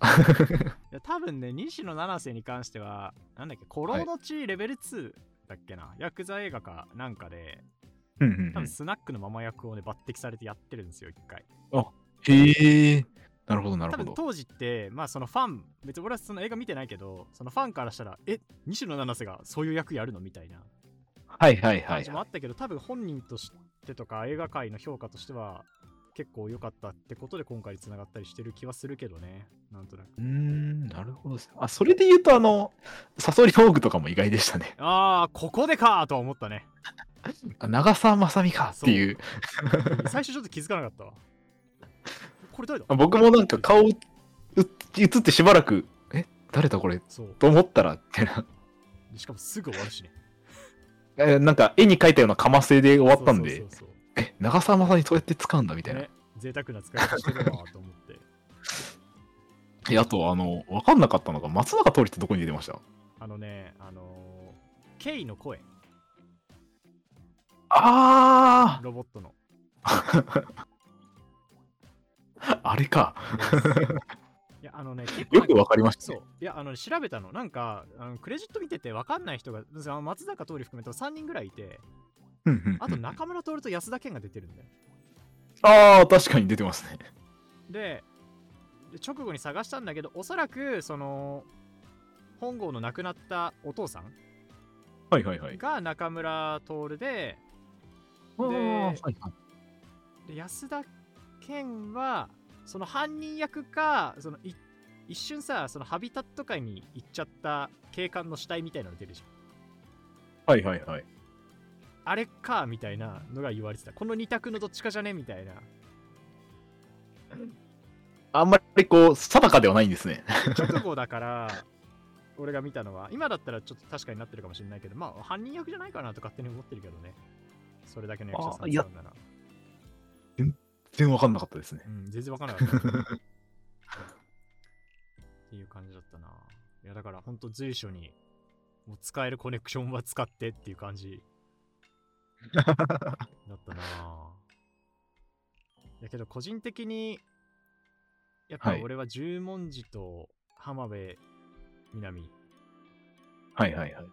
[SPEAKER 2] いや多分ね西野七瀬に関してはなんだっけ「コロの地レベル2」だっけな、ヤクザ映画かなんかで
[SPEAKER 1] うんうん
[SPEAKER 2] 多分スナックのママ役をね抜擢されてやってるんですよ一回
[SPEAKER 1] へえ。なるほど、なる
[SPEAKER 2] 多
[SPEAKER 1] ほ
[SPEAKER 2] 分
[SPEAKER 1] ど。
[SPEAKER 2] 当時ってまあそのファン別に俺はその映画見てないけどそのファンからしたら「え西野七瀬がそういう役やるの?」みたいな
[SPEAKER 1] はいはいは
[SPEAKER 2] 感
[SPEAKER 1] い
[SPEAKER 2] じ。もあったけど、多分本人としてとか映画界の評価としては結構良かったってことで今回に繋がったりしてる気はするけどねなんとなく
[SPEAKER 1] うーん、なるほどですね。あ、それで言うと、あの、サソリフォークとかも意外でした ね。
[SPEAKER 2] ああここでかーとは思ったね
[SPEAKER 1] あ長澤まさみかっていう。
[SPEAKER 2] 最初ちょっと気づかなかったわこれ誰だ
[SPEAKER 1] あ僕もなんか顔う映ってしばらく、え、誰だこれ
[SPEAKER 2] そう。
[SPEAKER 1] と思ったら、みたいな。
[SPEAKER 2] でしかもすぐ終わるしね。
[SPEAKER 1] えなんか絵に描いたようなかませで終わったんで、
[SPEAKER 2] そうそうそうそう
[SPEAKER 1] え、長澤まさみそうやって使うんだみたいな。
[SPEAKER 2] ね、贅沢な使い方してるなと 思って。
[SPEAKER 1] え、あと、あの、わかんなかったのが、松坂桃李ってどこに出てました
[SPEAKER 2] あのね、あのー、ケイの声、
[SPEAKER 1] あ
[SPEAKER 2] ロボッ トの。
[SPEAKER 1] ー、あれか。
[SPEAKER 2] いや、あのね、結構
[SPEAKER 1] よくわかりました
[SPEAKER 2] そ
[SPEAKER 1] ね。
[SPEAKER 2] う。いや、あの、ね、調べたの。なんか、あのクレジット見てて分かんない人が、あの松坂桃李含めて3人ぐらいいて、
[SPEAKER 1] うんうんうん
[SPEAKER 2] あと中村徹と安田健が出てるんだよ。
[SPEAKER 1] あー、確かに出てますね。
[SPEAKER 2] で、で直後に探したんだけど、おそらく、その、本郷の亡くなったお父さん
[SPEAKER 1] はいはいはい。
[SPEAKER 2] が中村徹で
[SPEAKER 1] あーはい
[SPEAKER 2] で
[SPEAKER 1] はい。
[SPEAKER 2] で安田健はその犯人役かそのい一瞬さそのハビタット界に行っちゃった警官の死体みたいなの出るじゃん
[SPEAKER 1] はいはいはい。
[SPEAKER 2] あれかみたいなのが言われてたこの二択のどっちかじゃねみたいな
[SPEAKER 1] あんまりこう、定かではないんですね。
[SPEAKER 2] 直後だから俺が見たのは今だったらちょっと確かになってるかもしれないけどまあ犯人役じゃないかなと勝手に思ってるけどねそれだけの役者さ
[SPEAKER 1] あ
[SPEAKER 2] ん
[SPEAKER 1] いや
[SPEAKER 2] だなら、
[SPEAKER 1] 全然わかんなかったですね。
[SPEAKER 2] うん、全然わからなかったっていう感じだったないやだからほんと随所にもう使えるコネクションは使ってっていう感じだったなあやけど個人的にやっぱ
[SPEAKER 1] はい
[SPEAKER 2] 俺は十文字と浜辺美波
[SPEAKER 1] はいはいはい。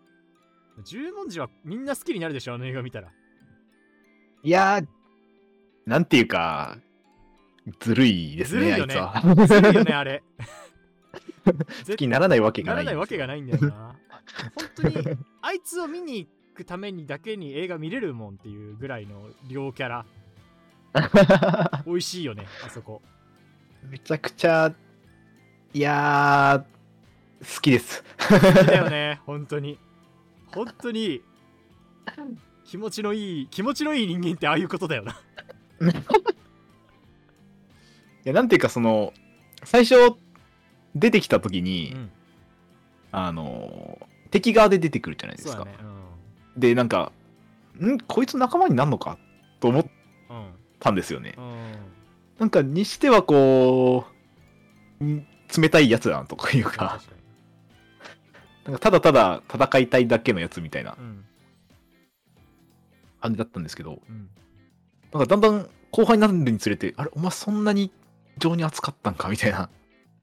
[SPEAKER 2] 十文字はみんな好きになるでしょあの映画見た ら
[SPEAKER 1] いやー、なんていうか、ずるいです
[SPEAKER 2] ずる
[SPEAKER 1] ね、
[SPEAKER 2] い
[SPEAKER 1] あ
[SPEAKER 2] よ
[SPEAKER 1] い
[SPEAKER 2] ね
[SPEAKER 1] つは。
[SPEAKER 2] するよねあれ
[SPEAKER 1] 好きにならないわけ
[SPEAKER 2] な
[SPEAKER 1] がな
[SPEAKER 2] ら
[SPEAKER 1] い。
[SPEAKER 2] ないわけが
[SPEAKER 1] い。
[SPEAKER 2] ないんだよな本当にあいつを見に行くためにだけに映画見れるもんっていうぐらいの両キャ ラ美味しいよねあそこ
[SPEAKER 1] めちゃくちゃ、いやー、好きです。
[SPEAKER 2] だよね本当に本当に気持ちのいい気持ちのいい人間ってああいうことだよな
[SPEAKER 1] いや、なんていうか、その、最初、出てきた時
[SPEAKER 2] う
[SPEAKER 1] に、
[SPEAKER 2] ん
[SPEAKER 1] あのー、敵側で出てくるじゃないで
[SPEAKER 2] そ
[SPEAKER 1] す
[SPEAKER 2] うだ
[SPEAKER 1] か。
[SPEAKER 2] ね
[SPEAKER 1] で、なんか、んこいつ仲間になんのかと思っ
[SPEAKER 2] うんうん
[SPEAKER 1] たんですよね。
[SPEAKER 2] うん
[SPEAKER 1] なんか、にしてはこう、ん冷たいやつだなとかいうか、
[SPEAKER 2] 確かに
[SPEAKER 1] なんかただただ戦いたいだけのやつみたいな
[SPEAKER 2] うん
[SPEAKER 1] 感じだったんですけど、
[SPEAKER 2] うん
[SPEAKER 1] なんかだんだん後輩になるにつれて、あれ、お前そんなに情に扱ったんかみたいな。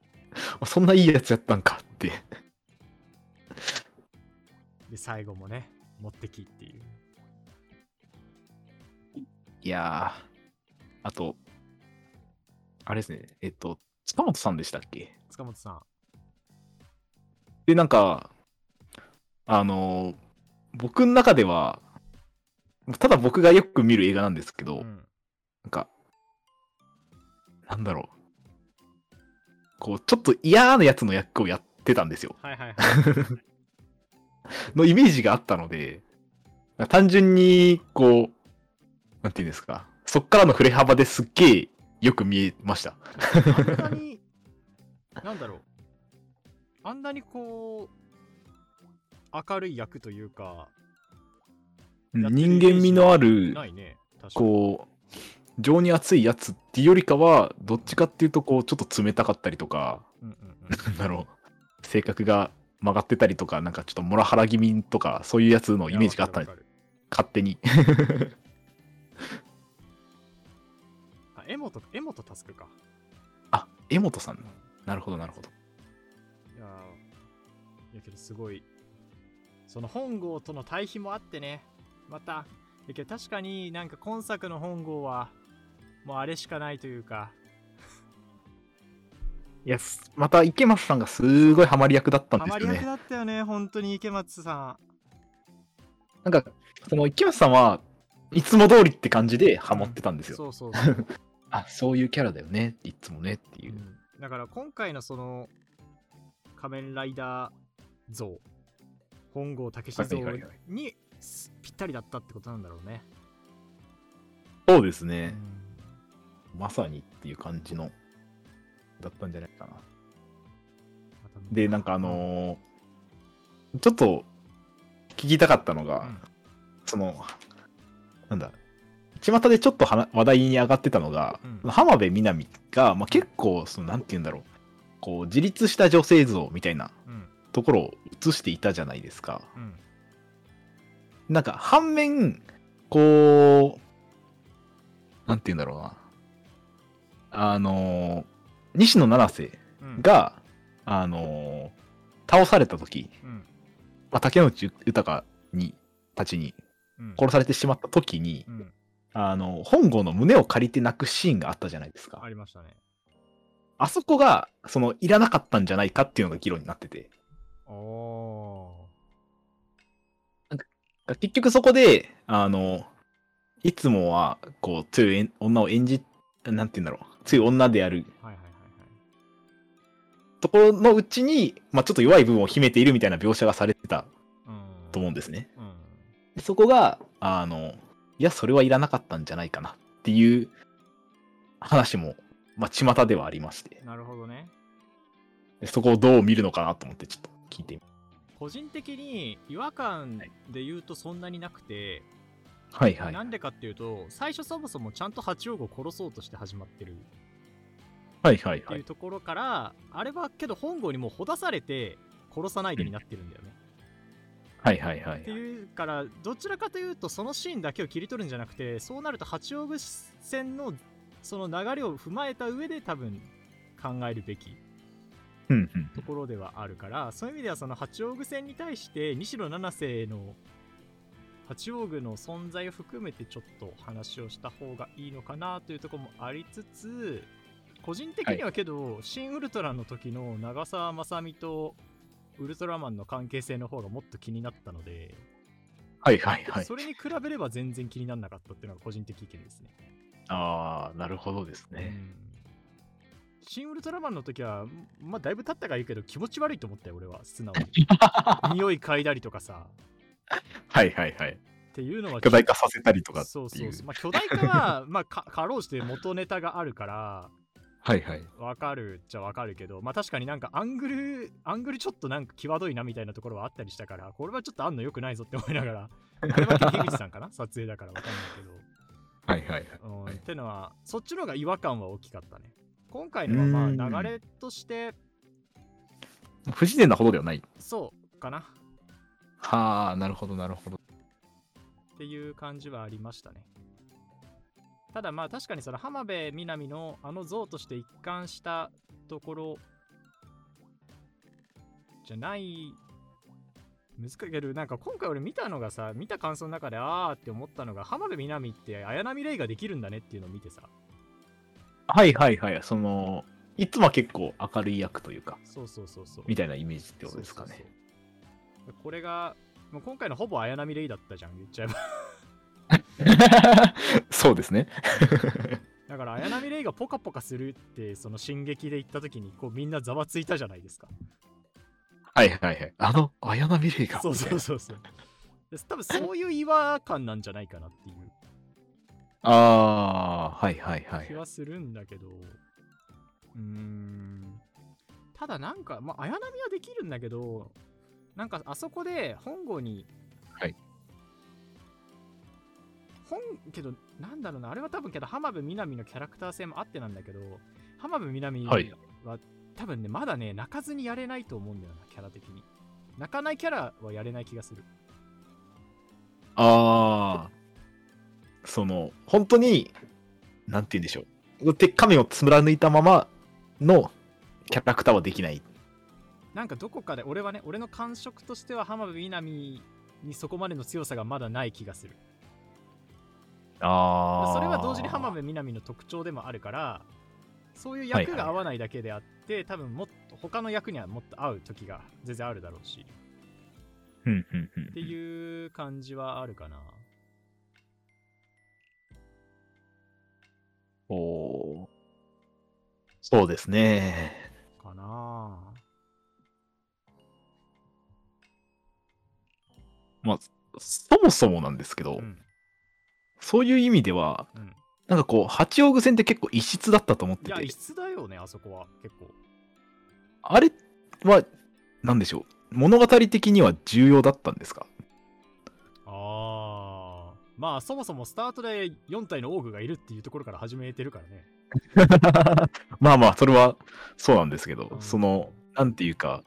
[SPEAKER 1] そんないいやつやったんかって。
[SPEAKER 2] で最後もね持ってきっていう
[SPEAKER 1] いやー、あと、あれですね、えっと、塚本さんでしたっけ
[SPEAKER 2] 塚本さん
[SPEAKER 1] で、なんか、あのー僕の中では、ただ僕がよく見る映画なんですけど、
[SPEAKER 2] うん
[SPEAKER 1] なんか、なんだろう。こう、ちょっと嫌なやつの役をやってたんですよ。
[SPEAKER 2] はいはいはい
[SPEAKER 1] のイメージがあったので、単純に、こう、なんていうんですか、そっからの振れ幅ですっげえよく見えました。
[SPEAKER 2] あん なになんだろうあんなにこう明るい役というかやってるイメ
[SPEAKER 1] 人
[SPEAKER 2] ージ
[SPEAKER 1] 間味のある、
[SPEAKER 2] ないね確かに
[SPEAKER 1] こう、情に熱いやつっていうよりかは、どっちかっていうと、こう、ちょっと冷たかったりとか、
[SPEAKER 2] うんうんうん
[SPEAKER 1] なんだろう、性格が曲がってたりとか、なんかちょっとモラハラ気味とか、そういうやつのイメージがあった
[SPEAKER 2] い
[SPEAKER 1] ん
[SPEAKER 2] や
[SPEAKER 1] で
[SPEAKER 2] わかる
[SPEAKER 1] 勝手に。
[SPEAKER 2] わかるあ、エモと、エモとタスクか。
[SPEAKER 1] あ、江本さん。なるほど、なるほど。
[SPEAKER 2] いやーいやけどすごい。その本郷との対比もあってね。また。いやけど確かになんか今作の本郷は、もうあれしかないというか。
[SPEAKER 1] いや、すまた池松さんがすごいハマり役だったん
[SPEAKER 2] ハ
[SPEAKER 1] で
[SPEAKER 2] マ
[SPEAKER 1] す
[SPEAKER 2] り
[SPEAKER 1] よ
[SPEAKER 2] 役
[SPEAKER 1] ね。
[SPEAKER 2] だったよね、本当に池松さ
[SPEAKER 1] なんか、その池松さんはいつも通りって感じでハマってたんで
[SPEAKER 2] ん。
[SPEAKER 1] すよ。
[SPEAKER 2] そうそ うそう、
[SPEAKER 1] あ、そういうキャラだよね、いつもねっていうう。
[SPEAKER 2] んだから今回のその、仮面ライダー像、本郷武史像
[SPEAKER 1] はいはいはい
[SPEAKER 2] にすぴったりだったってことなんだろうね。
[SPEAKER 1] そうです
[SPEAKER 2] う
[SPEAKER 1] ね、
[SPEAKER 2] ん
[SPEAKER 1] まさにっていう感じの、だったんじゃないかな。
[SPEAKER 2] また
[SPEAKER 1] で、なんかあのーちょっと聞きたかったのが、
[SPEAKER 2] うん
[SPEAKER 1] その、なんだ、巷でちょっとはな話題に上がってたのが、
[SPEAKER 2] うん
[SPEAKER 1] 浜辺美波が、まあ、結構、その、なんて言うんだろう、こう、自立した女性像みたいな
[SPEAKER 2] うん
[SPEAKER 1] ところを映していたじゃないですか。
[SPEAKER 2] うん
[SPEAKER 1] なんか、反面、こう、なんて言うんだろうな、あのー西野七瀬
[SPEAKER 2] うん、
[SPEAKER 1] が、あのー倒された時
[SPEAKER 2] うん
[SPEAKER 1] まあ、竹野内豊にたちに
[SPEAKER 2] うん、
[SPEAKER 1] 殺されてしまった時に、
[SPEAKER 2] うん、
[SPEAKER 1] あの本郷の胸を借りて泣くシーンがあったじゃないですか
[SPEAKER 2] ありましたね。
[SPEAKER 1] あそこがそのいらなかったんじゃないかっていうのが議論になってて
[SPEAKER 2] おお
[SPEAKER 1] 結局そこであのいつもは、こう、強いえん女を演じ、なんて言うんだろう。強い女である
[SPEAKER 2] はいはいはいはい。
[SPEAKER 1] ところのうちに、まあ、ちょっと弱い部分を秘めているみたいな描写がされてた
[SPEAKER 2] うん。
[SPEAKER 1] と思うんですね。
[SPEAKER 2] うん。
[SPEAKER 1] でそこが、あの、いや、それはいらなかったんじゃないかなっていう話も、まあ、巷ではありまして、
[SPEAKER 2] なるほどね。
[SPEAKER 1] でそこをどう見るのかなと思って、ちょっと聞いてみ
[SPEAKER 2] 個人的に違和感で言うとそんなになくて、
[SPEAKER 1] はいはい。
[SPEAKER 2] なんでかっていうと、最初そもそもちゃんと八王子を殺そうとして始まってる
[SPEAKER 1] はいはい
[SPEAKER 2] って。
[SPEAKER 1] はいいう
[SPEAKER 2] ところから、あれはけど本郷にもうほだされて殺さないでになってるんだよね。
[SPEAKER 1] はいはいはい
[SPEAKER 2] って。いうからどちらかというとそのシーンだけを切り取るんじゃなくてそうなると八王子線のその流れを踏まえた上で多分考えるべき
[SPEAKER 1] うんうん
[SPEAKER 2] ところではあるからそういう意味ではその八王子線に対して西野七瀬の八王子の存在を含めてちょっと話をした方がいいのかなというところもありつつ個人的にはけど、シン・ウルトラの時の長澤まさみとウルトラマンの関係性の方がもっと気になったので、
[SPEAKER 1] はいはいはい。
[SPEAKER 2] それに比べれば全然気にならなかったっていうのが個人的意見ですね。
[SPEAKER 1] ああ、なるほどです
[SPEAKER 2] う
[SPEAKER 1] ね。
[SPEAKER 2] んシン・ウルトラマンの時は、まあ、だいぶ経ったからいいけど気持ち悪いと思ったよ、俺は、素直に。 匂い嗅いだりとかさ、
[SPEAKER 1] はいはいはい。
[SPEAKER 2] っていうのは。
[SPEAKER 1] 巨大化させたりとかってい。
[SPEAKER 2] そううそうそう。まあ、巨大化は、まあか、かろうして元ネタがあるから、
[SPEAKER 1] はいはい。
[SPEAKER 2] わかるっちゃわかるけど、まあ確かになんかアングル、アングルちょっとなんか際どいなみたいなところはあったりしたから、これはちょっとあんの良くないぞって思いながら、あれは樋口さんかな撮影だからわかんないけど。
[SPEAKER 1] はいはいはい。
[SPEAKER 2] うん、
[SPEAKER 1] はい
[SPEAKER 2] ってのはそっちの方が違和感は大きかったね今回のは
[SPEAKER 1] う
[SPEAKER 2] まあ
[SPEAKER 1] ん
[SPEAKER 2] 流れとして
[SPEAKER 1] 不自然なほどではない。
[SPEAKER 2] そうかな
[SPEAKER 1] はあ、なるほどなるほど。
[SPEAKER 2] っていう感じはありましたねただまあ確かにその浜辺美波のあの像として一貫したところじゃない難しいけどなんか今回俺見たのがさ見た感想の中であーって思ったのが浜辺美波って綾波レイができるんだねっていうのを見てさ
[SPEAKER 1] はいはいはい。その、いつもは結構明るい役というか、
[SPEAKER 2] そうそうそうそう
[SPEAKER 1] みたいなイメージってことですか
[SPEAKER 2] そう
[SPEAKER 1] ね。
[SPEAKER 2] そうそうこれが、まあ、今回のほぼ綾波レイだったじゃん言っちゃえば
[SPEAKER 1] そうですね。
[SPEAKER 2] だから綾波レイがポカポカするってその進撃で言った時にこうみんなざわついたじゃないですか
[SPEAKER 1] はいはいはい。あの、綾波レイが。
[SPEAKER 2] そうそうそうそうで多分そういう違和感なんじゃないかなっていう
[SPEAKER 1] ああ、はいはいは
[SPEAKER 2] 気
[SPEAKER 1] い。
[SPEAKER 2] はするんだけど、うーんただなんか、まあ、綾波はできるんだけどなんかあそこで本郷に、
[SPEAKER 1] はい
[SPEAKER 2] 本けどなんだろうなあれは多分けど浜辺美波のキャラクター性もあってなんだけど浜辺美波は、
[SPEAKER 1] はい
[SPEAKER 2] 多分ねまだね泣かずにやれないと思うんだよなキャラ的に泣かないキャラはやれない気がする
[SPEAKER 1] ああ、その、本当に、なんて言うんでしょう。鉄仮面を貫いたままのキャラクターはできない。
[SPEAKER 2] なんかどこかで俺はね俺の感触としては浜辺美波にそこまでの強さがまだない気がする
[SPEAKER 1] あ
[SPEAKER 2] それは同時に浜辺美波の特徴でもあるからそういう役が合わないだけであって、多分もっと他の役にはもっと合う時が全然あるだろうし
[SPEAKER 1] うんうんうん。
[SPEAKER 2] っていう感じはあるかな
[SPEAKER 1] おおー。そうですね。
[SPEAKER 2] かな
[SPEAKER 1] まあ、そもそもなんですけど、
[SPEAKER 2] うん
[SPEAKER 1] そういう意味では、
[SPEAKER 2] うん
[SPEAKER 1] なんかこう、八王子戦って結構異質だったと思っ
[SPEAKER 2] い
[SPEAKER 1] て
[SPEAKER 2] や
[SPEAKER 1] て
[SPEAKER 2] 異、質だよねあそこは結構
[SPEAKER 1] あれは、なんでしょう。物語的には重要だったんです か
[SPEAKER 2] ああまあそもそもスタートで4体のオーグがいるっていうところから始めてるからね
[SPEAKER 1] まあまあ、それはそうなんですけど、
[SPEAKER 2] うん
[SPEAKER 1] その、なんていうか、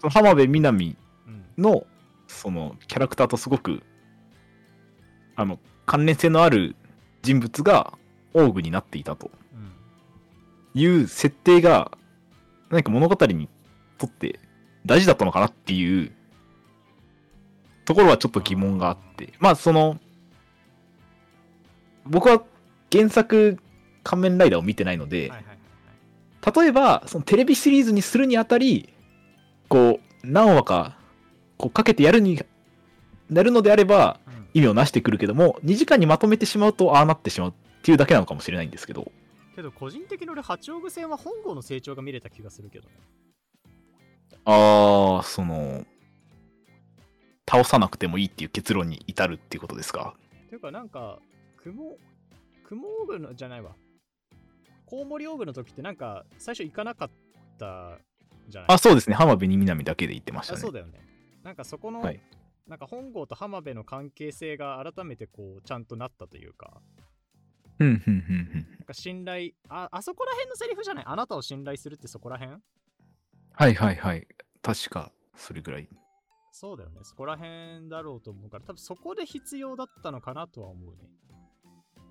[SPEAKER 1] その浜辺美波
[SPEAKER 2] うん
[SPEAKER 1] の、その、キャラクターとすごく、あの、関連性のある人物が、オーグになっていたと
[SPEAKER 2] うん
[SPEAKER 1] いう設定が、何か物語にとって大事だったのかなっていう、ところはちょっと疑問があって、まあ、その、僕は原作、仮面ライダーを見てないので、
[SPEAKER 2] はいはいはいはい
[SPEAKER 1] 例えばそのテレビシリーズにするにあたりこう何話かこうかけてやるになるのであれば
[SPEAKER 2] うん
[SPEAKER 1] 意味をなしてくるけども2時間にまとめてしまうとああなってしまうっていうだけなのかもしれないんですけど
[SPEAKER 2] けど個人的に俺八王子戦は本郷の成長が見れた気がするけどね
[SPEAKER 1] ああその倒さなくてもいいっていう結論に至るっていうことですか
[SPEAKER 2] ていうかなんか雲雲オーグのじゃないわコウモリオーグの時ってなんか最初行かなかったじゃない
[SPEAKER 1] あそうですね浜辺に南だけで言ってました
[SPEAKER 2] あ
[SPEAKER 1] ね
[SPEAKER 2] そうだよねなんかそこの、
[SPEAKER 1] はい
[SPEAKER 2] なんか本郷と浜辺の関係性が改めてこうちゃんとなったというか
[SPEAKER 1] うんうんうんうん
[SPEAKER 2] なんか信頼ああそこら辺のセリフじゃないあなたを信頼するってそこら辺
[SPEAKER 1] はいはいはい確かそれぐらい
[SPEAKER 2] そうだよねそこら辺だろうと思うから多分そこで必要だったのかなとは思うね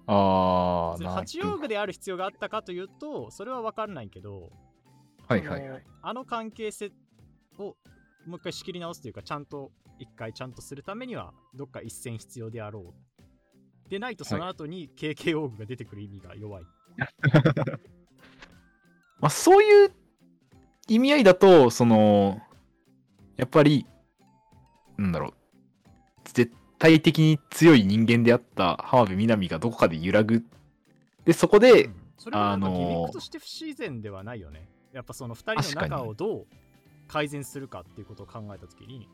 [SPEAKER 1] あ
[SPEAKER 2] 別
[SPEAKER 1] あ
[SPEAKER 2] に八王子である必要があったかというとそれは分かんないけど
[SPEAKER 1] はいはいはい
[SPEAKER 2] そのあの関係性をもう一回仕切り直すというかちゃんと一回ちゃんとするためにはどっか一線必要であろうでないとその後に KKO が出てくる意味が弱い、
[SPEAKER 1] まあ、そういう意味合いだと、その、やっぱり、なんだろう、絶対的に強い人間であった浜辺美波がどこかで揺らぐ。で、そこで
[SPEAKER 2] うん、それはなんか
[SPEAKER 1] あの
[SPEAKER 2] ギ
[SPEAKER 1] ー
[SPEAKER 2] ミックとして不自然ではないよねやっぱその2人の
[SPEAKER 1] 確か
[SPEAKER 2] 仲
[SPEAKER 1] に
[SPEAKER 2] をどう改善するかっていうことを考えた時に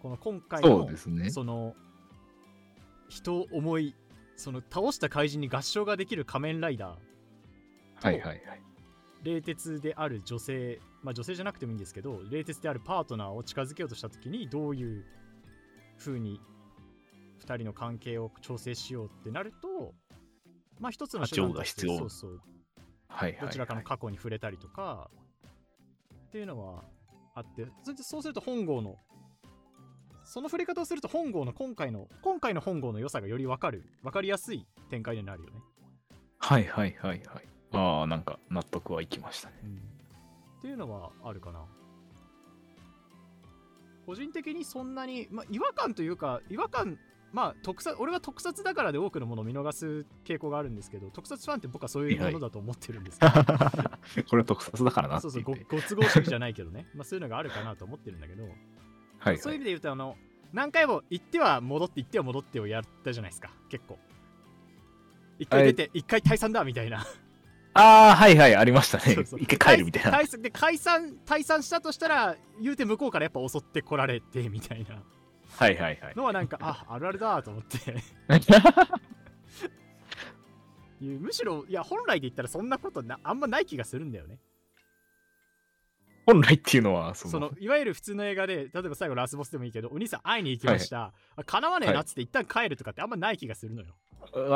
[SPEAKER 2] この今回
[SPEAKER 1] そう
[SPEAKER 2] の
[SPEAKER 1] ですね。
[SPEAKER 2] その人を思いその倒した怪人に合唱ができる仮面ライダー
[SPEAKER 1] はいはいはい。
[SPEAKER 2] 冷徹である女性、まあ、女性じゃなくてもいいんですけど冷徹であるパートナーを近づけようとした時にどういう風に2人の関係を調整しようってなるとまあ一つの手段として
[SPEAKER 1] 波長が必要
[SPEAKER 2] そうそう
[SPEAKER 1] はいはい、はい。
[SPEAKER 2] どちらかの過去に触れたりとか、っていうのはあってそれでそうすると本郷のその触れ方をすると本郷の今回の今回の本郷の良さがより分かる分かりやすい展開になるよね
[SPEAKER 1] はいはいはいはい。ああ、なんか納得はいきま したね。
[SPEAKER 2] っていうのはあるかな個人的にそんなに、まあ、違和感というか違和感まあ特撮俺は特撮だからで多くのものを見逃す傾向があるんですけど特撮ファンって僕はそういうものだと思ってるんですけど
[SPEAKER 1] これは特撮だからなって
[SPEAKER 2] そう
[SPEAKER 1] 言って。
[SPEAKER 2] そうごご都合主義じゃないけどね、まあ、そういうのがあるかなと思ってるんだけど、
[SPEAKER 1] はい
[SPEAKER 2] そう
[SPEAKER 1] はいいう
[SPEAKER 2] 意味で言うとあの何回も行っては戻って行っては戻ってをやったじゃないですか結構一回出て一回退散だみたいな
[SPEAKER 1] ああ、はいはい、ありました
[SPEAKER 2] そ
[SPEAKER 1] ね
[SPEAKER 2] うそ。う
[SPEAKER 1] 一回帰るみたいな。
[SPEAKER 2] 解散で解散退散したとしたら言うて向こうからやっぱ襲ってこられてみたいな
[SPEAKER 1] はいはい はい。
[SPEAKER 2] の はなんかああるあるだと思っていうむしろいや本来で言ったらそんなことなあんまない気がするんだよね
[SPEAKER 1] 本来っていうのは、その、
[SPEAKER 2] そのいわゆる普通の映画で例えば最後ラスボスでもいいけどお兄さん会いに行きました、あ叶わねえなっつって一旦帰るとかってあんまない気がするのよ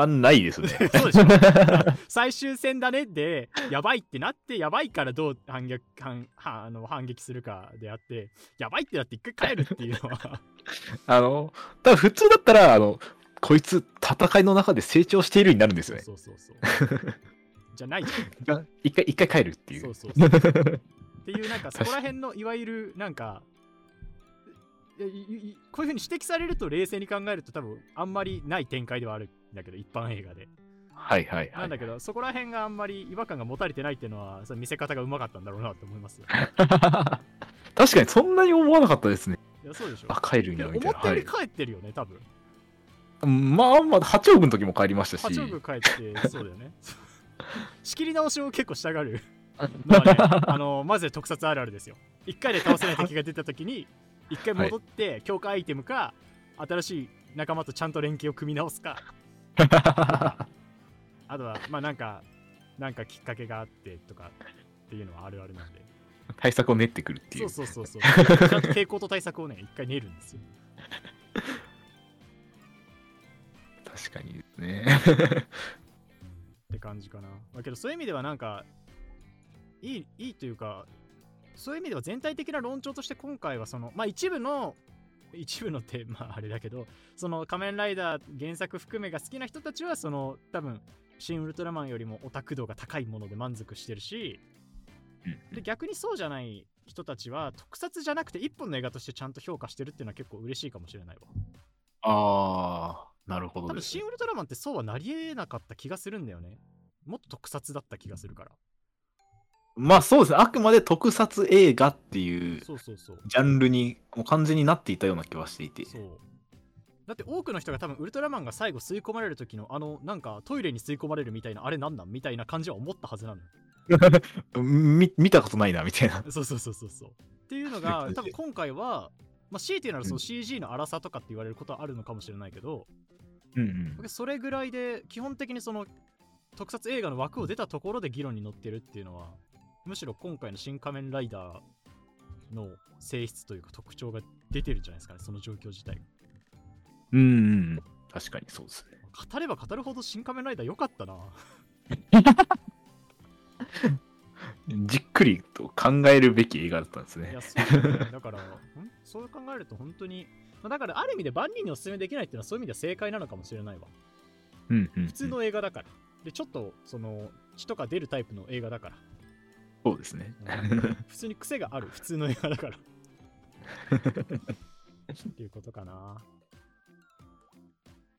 [SPEAKER 1] あないですね。
[SPEAKER 2] そうで しょ最終戦だねでやばいってなってやばいからどう反逆反反あの反撃するかであってやばいってなって一回帰るっていうのは
[SPEAKER 1] あの、多分普通だったら、あの、こいつ戦いの中で成長しているになるんですよね。
[SPEAKER 2] そうそうそう そう。じゃないじゃん。っ
[SPEAKER 1] が一回、一回帰るってい
[SPEAKER 2] そう
[SPEAKER 1] う。
[SPEAKER 2] そうそうていう、なんかそこら辺のいわゆる、なんか、いやいいこういうふうに指摘されると冷静に考えると多分あんまりない展開ではあるんだけど一般映画で
[SPEAKER 1] はいはいはい。
[SPEAKER 2] なんだ けどそこら辺があんまり違和感が持たれてないっていうのはその見せ方がうまかったんだろうなと思いますよ
[SPEAKER 1] 確かにそんなに思わなかったですね。
[SPEAKER 2] いやそうでしょ
[SPEAKER 1] あ、帰るん
[SPEAKER 2] で
[SPEAKER 1] だみ
[SPEAKER 2] も
[SPEAKER 1] た
[SPEAKER 2] 思
[SPEAKER 1] い
[SPEAKER 2] っ
[SPEAKER 1] な。
[SPEAKER 2] た
[SPEAKER 1] は
[SPEAKER 2] より
[SPEAKER 1] い。
[SPEAKER 2] 帰ってるよね多分
[SPEAKER 1] まあまあ、八王子の時も帰りましたし。
[SPEAKER 2] 八王子帰ってそうだ よね仕切り直しを結構したが るのはねあのまず特撮あるあるですよ1回で倒せない敵が出た時に1回戻って、強化アイテムか新しい仲間とちゃんと連携を組み直す かあとはまあなんかなんかきっかけがあってとかっていうのはあるあるなんで
[SPEAKER 1] 対策を練ってくるってい。
[SPEAKER 2] そううそうそうそうちゃんと傾向と対策をね1回練るんですよ
[SPEAKER 1] 確かにですね。
[SPEAKER 2] って感じかな。だけどそういう意味ではなんかいいいいというかそういう意味では全体的な論調として今回はそのまあ一部の一部のってまああれだけどその仮面ライダー原作含めが好きな人たちはその多分新ウルトラマンよりもオタク度が高いもので満足してるしで逆にそうじゃない人たちは特撮じゃなくて一本の映画としてちゃんと評価してるっていうのは結構嬉しいかもしれないわ
[SPEAKER 1] ああ、なるほ
[SPEAKER 2] 多
[SPEAKER 1] ど
[SPEAKER 2] 分
[SPEAKER 1] で
[SPEAKER 2] 新ウルトラマンってそうはなり得なかった気がするんだよねもっと特撮だった気がするから
[SPEAKER 1] まあそうですね。あくまで特撮映画っていう
[SPEAKER 2] そうそうそう
[SPEAKER 1] ジャンルにもう完全になっていたような気はしていて。
[SPEAKER 2] そうだって多くの人が多分ウルトラマンが最後吸い込まれる時のあのなんかトイレに吸い込まれるみたいなあれなんなんみたいな感じは思ったはずな のよ
[SPEAKER 1] み見たことないなみたいな。
[SPEAKER 2] そうそうそうそうそうっていうのが多分今回は、まあ、強いて言うならその
[SPEAKER 1] うん
[SPEAKER 2] CG の荒さとかって言われることはあるのかもしれないけど、
[SPEAKER 1] うんうん
[SPEAKER 2] 僕それぐらいで基本的にその特撮映画の枠を出たところで議論に乗ってるっていうのはむしろ今回の「新仮面ライダー」の性質というか特徴が出てるんじゃないですかねその状況自体が
[SPEAKER 1] うんうん。確かにそうですね。
[SPEAKER 2] 語れば語るほど「新仮面ライダー」良かったな
[SPEAKER 1] じっくりと考えるべき映画だったんです
[SPEAKER 2] い
[SPEAKER 1] ね
[SPEAKER 2] や。そうだ,、ね、だからほんそう考えると本当に、まあだからある意味で万人にお勧めできないっていうのはそういう意味では正解なのかもしれないわ
[SPEAKER 1] うんうんうん。
[SPEAKER 2] 普通の映画だからでちょっとその血とか出るタイプの映画だから
[SPEAKER 1] そうですね。
[SPEAKER 2] 普通に癖がある普通の映画だからっていうことかな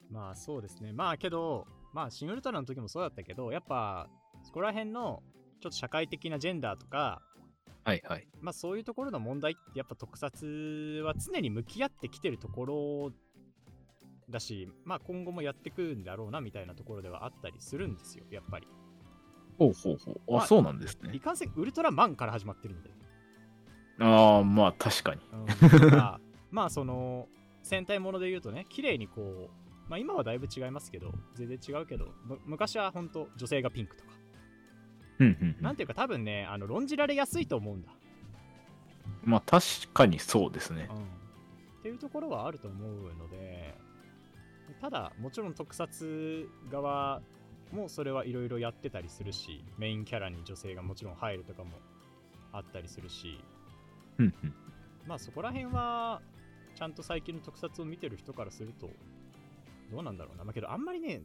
[SPEAKER 2] まあそうですねまあけどまあシングルトラの時もそうだったけどやっぱそこら辺のちょっと社会的なジェンダーとか
[SPEAKER 1] はいはい。
[SPEAKER 2] まあそういうところの問題ってやっぱ特撮は常に向き合ってきてるところだしまあ今後もやってくんだろうなみたいなところではあったりするんですよやっぱり
[SPEAKER 1] ほうほうほう。
[SPEAKER 2] まあ
[SPEAKER 1] あ、そうなんです
[SPEAKER 2] い
[SPEAKER 1] ね。
[SPEAKER 2] かんせんウルトラマンから始まってるので
[SPEAKER 1] ああ、まあ確かに。
[SPEAKER 2] うんだからまあその戦隊もので言うとね綺麗にこう、まあ、今はだいぶ違いますけど全然違うけどむ昔は本当女性がピンクとか、
[SPEAKER 1] うんうんう
[SPEAKER 2] なん
[SPEAKER 1] ん。
[SPEAKER 2] ていうか多分ねあの論じられやすいと思うんだ、
[SPEAKER 1] まあ確かにそうですね
[SPEAKER 2] う。ん、っていうところはあると思うのでただもちろん特撮側もそれはいろいろやってたりするしメインキャラに女性がもちろん入るとかもあったりするし
[SPEAKER 1] うんうん。
[SPEAKER 2] まあそこら辺はちゃんと最近の特撮を見てる人からするとどうなんだろうなまあけどあんまりね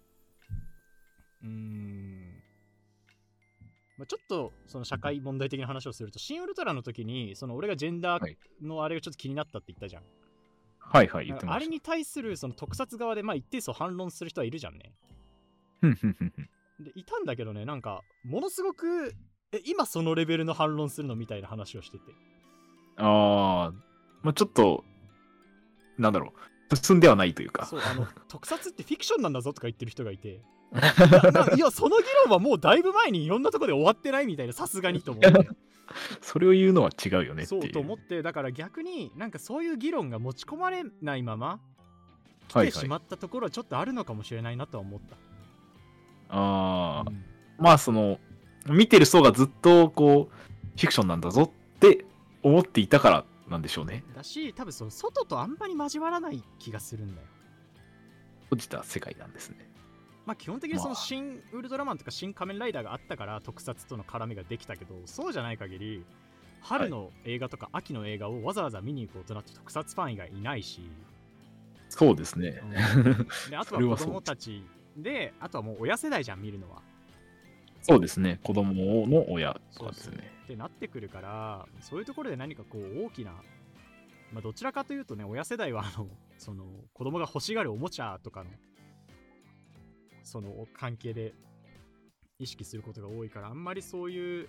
[SPEAKER 2] うーん、まあ、ちょっとその社会問題的な話をすると「シン・ウルトラ」の時にその俺がジェンダ
[SPEAKER 1] は
[SPEAKER 2] ー
[SPEAKER 1] い
[SPEAKER 2] のあれがちょっと気になったって言ったじゃん、
[SPEAKER 1] はいはい、言
[SPEAKER 2] なん
[SPEAKER 1] っ
[SPEAKER 2] か
[SPEAKER 1] てま
[SPEAKER 2] あれ
[SPEAKER 1] した。
[SPEAKER 2] に対するその特撮側でまあ一定数反論する人はいるじゃんね
[SPEAKER 1] うんうんうんうん
[SPEAKER 2] でいたんだけどねなんかものすごくえ今そのレベルの反論するのみたいな話をしてて
[SPEAKER 1] ああ、まあちょっと、なんだろう。進んではないというか。
[SPEAKER 2] そうあ の特撮ってフィクションなんだぞとか言ってる人がいていやないやその議論はもうだいぶ前にいろんなとこで終わってないみたいなさすがにと思 って
[SPEAKER 1] それを言うのは違うよねって
[SPEAKER 2] そ
[SPEAKER 1] いうう。
[SPEAKER 2] と思ってだから逆になんかそういう議論が持ち込まれないまま来
[SPEAKER 1] は
[SPEAKER 2] て
[SPEAKER 1] い
[SPEAKER 2] し
[SPEAKER 1] はい。
[SPEAKER 2] まったところはちょっとあるのかもしれないなとは思った、
[SPEAKER 1] ああ、
[SPEAKER 2] うん
[SPEAKER 1] まあその、見てる層がずっとこう、フィクションなんだぞって思っていたからなんでしょうね。
[SPEAKER 2] だし多分その外とあんまり交わらない気がするんだよ
[SPEAKER 1] 閉じた世界なんですね。
[SPEAKER 2] まあ基本的にその
[SPEAKER 1] まあ
[SPEAKER 2] 新ウルトラマンとか新仮面ライダーがあったから特撮との絡みができたけどそうじゃない限り春の映画とか秋の映画をわざわざ見に行こうとなって特撮ファン以外いない し、
[SPEAKER 1] そうですね。
[SPEAKER 2] であと
[SPEAKER 1] それ
[SPEAKER 2] は
[SPEAKER 1] は
[SPEAKER 2] 子
[SPEAKER 1] そう
[SPEAKER 2] 供たちであとはもう親世代じゃん見るのは
[SPEAKER 1] そうですね。子供の親とかですね。
[SPEAKER 2] ってなってくるからそういうところで何かこう大きな、まあ、どちらかというとね親世代はあのその子供が欲しがるおもちゃとかのその関係で意識することが多いからあんまりそういう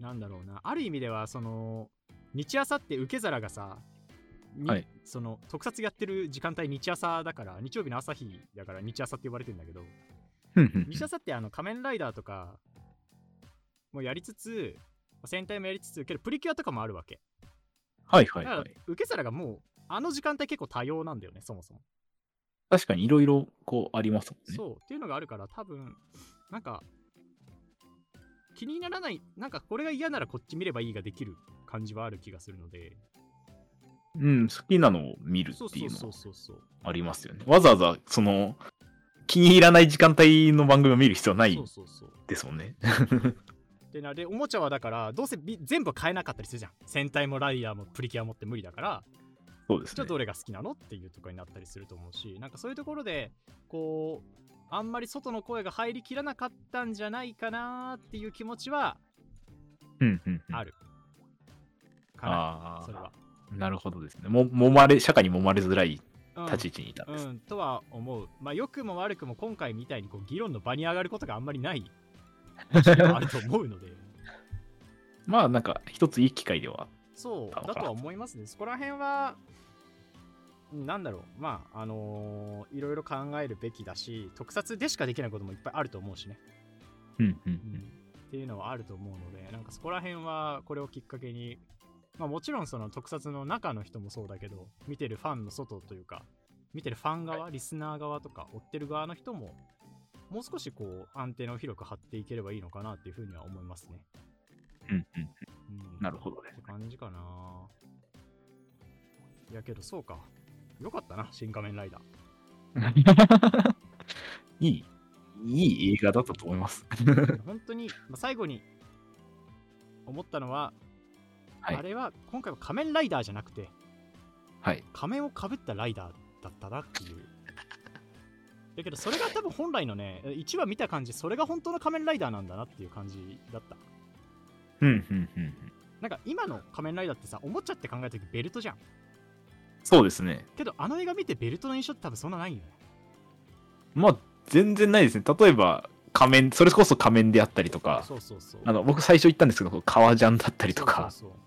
[SPEAKER 2] なんだろうなある意味ではその日朝って受け皿がさに
[SPEAKER 1] はい
[SPEAKER 2] その特撮やってる時間帯日朝だから日曜日の朝日だから日朝って呼ばれてるんだけど
[SPEAKER 1] ふんふんふん
[SPEAKER 2] 西田さんってあの仮面ライダーとかもやりつつ戦隊もやりつつけどプリキュアとかもあるわけ
[SPEAKER 1] はいは
[SPEAKER 2] だ
[SPEAKER 1] い
[SPEAKER 2] か
[SPEAKER 1] は
[SPEAKER 2] ら
[SPEAKER 1] い。
[SPEAKER 2] 受け皿がもうあの時間帯結構多様なんだよねそもそも、
[SPEAKER 1] 確かにいろいろこうありますもんね。
[SPEAKER 2] そうっていうのがあるから多分なんか気にならないなんかこれが嫌ならこっち見ればいいができる感じはある気がするので
[SPEAKER 1] うん、好きなのを見る
[SPEAKER 2] そう
[SPEAKER 1] って
[SPEAKER 2] そ
[SPEAKER 1] いううの
[SPEAKER 2] そ
[SPEAKER 1] は
[SPEAKER 2] うそうそう
[SPEAKER 1] ありますよね。わざわざその気に入らない時間帯の番組を見る必要はない
[SPEAKER 2] そうそうそう
[SPEAKER 1] ですもんね。
[SPEAKER 2] でなでおもちゃはだからどうせび全部買えなかったりするじゃん戦隊もライダーもプリキュアもって無理だから
[SPEAKER 1] そうです
[SPEAKER 2] じゃあ
[SPEAKER 1] ね。
[SPEAKER 2] どれが好きなのっていうところになったりすると思うしなんかそういうところでこうあんまり外の声が入りきらなかったんじゃないかなっていう気持ちは
[SPEAKER 1] うんうんうん、
[SPEAKER 2] あるかな
[SPEAKER 1] あ
[SPEAKER 2] それは、
[SPEAKER 1] あ、なるほどですね。も揉まれ社会に揉まれづらい
[SPEAKER 2] うん
[SPEAKER 1] 立ち位置にいたんです。
[SPEAKER 2] うん、とは思うまあ良くも悪くも今回みたいにこう議論の場に上がることがあんまりない 時期はあると思うので
[SPEAKER 1] まあなんか一ついい機会では。
[SPEAKER 2] そう
[SPEAKER 1] なの
[SPEAKER 2] だ
[SPEAKER 1] か
[SPEAKER 2] とは思いますねそこら辺はなんだろうまああのーいろいろ考えるべきだし特撮でしかできないこともいっぱいあると思うしね、
[SPEAKER 1] うんう
[SPEAKER 2] うん
[SPEAKER 1] ん
[SPEAKER 2] っていうのはあると思うのでなんかそこら辺はこれをきっかけに、まあ、もちろんその特撮の中の人もそうだけど見てるファンの外というか見てるファン側、リスナー側とか追ってる側の人ももう少しこうアンテナを広く張っていければいいのかなっていうふうには思いますね、
[SPEAKER 1] うんうん
[SPEAKER 2] うん、
[SPEAKER 1] なるほどね
[SPEAKER 2] って感じかな。いやけどそうか。よかったな、新仮面ライダー。
[SPEAKER 1] いい、いい映画だったと思います。
[SPEAKER 2] 本当に、まあ最後に思ったのは、
[SPEAKER 1] はい
[SPEAKER 2] あれは今回は仮面ライダーじゃなくて、
[SPEAKER 1] はい。
[SPEAKER 2] 仮面をかぶったライダーだったなっていう。だけどそれが多分本来のね、1話見た感じ、それが本当の仮面ライダーなんだなっていう感じだった。
[SPEAKER 1] うんうんうんうん。
[SPEAKER 2] なんか今の仮面ライダーってさ、おもちゃって考えた時ベルトじゃん。
[SPEAKER 1] そうですね。
[SPEAKER 2] けどあの映画見てベルトの印象って多分そんなないよね。
[SPEAKER 1] まあ、全然ないですね。例えば、仮面、それこそ仮面であったりとか、
[SPEAKER 2] そうそうそう。
[SPEAKER 1] あの、僕最初言ったんですけど、革ジャンだったりとか、
[SPEAKER 2] そうそうそう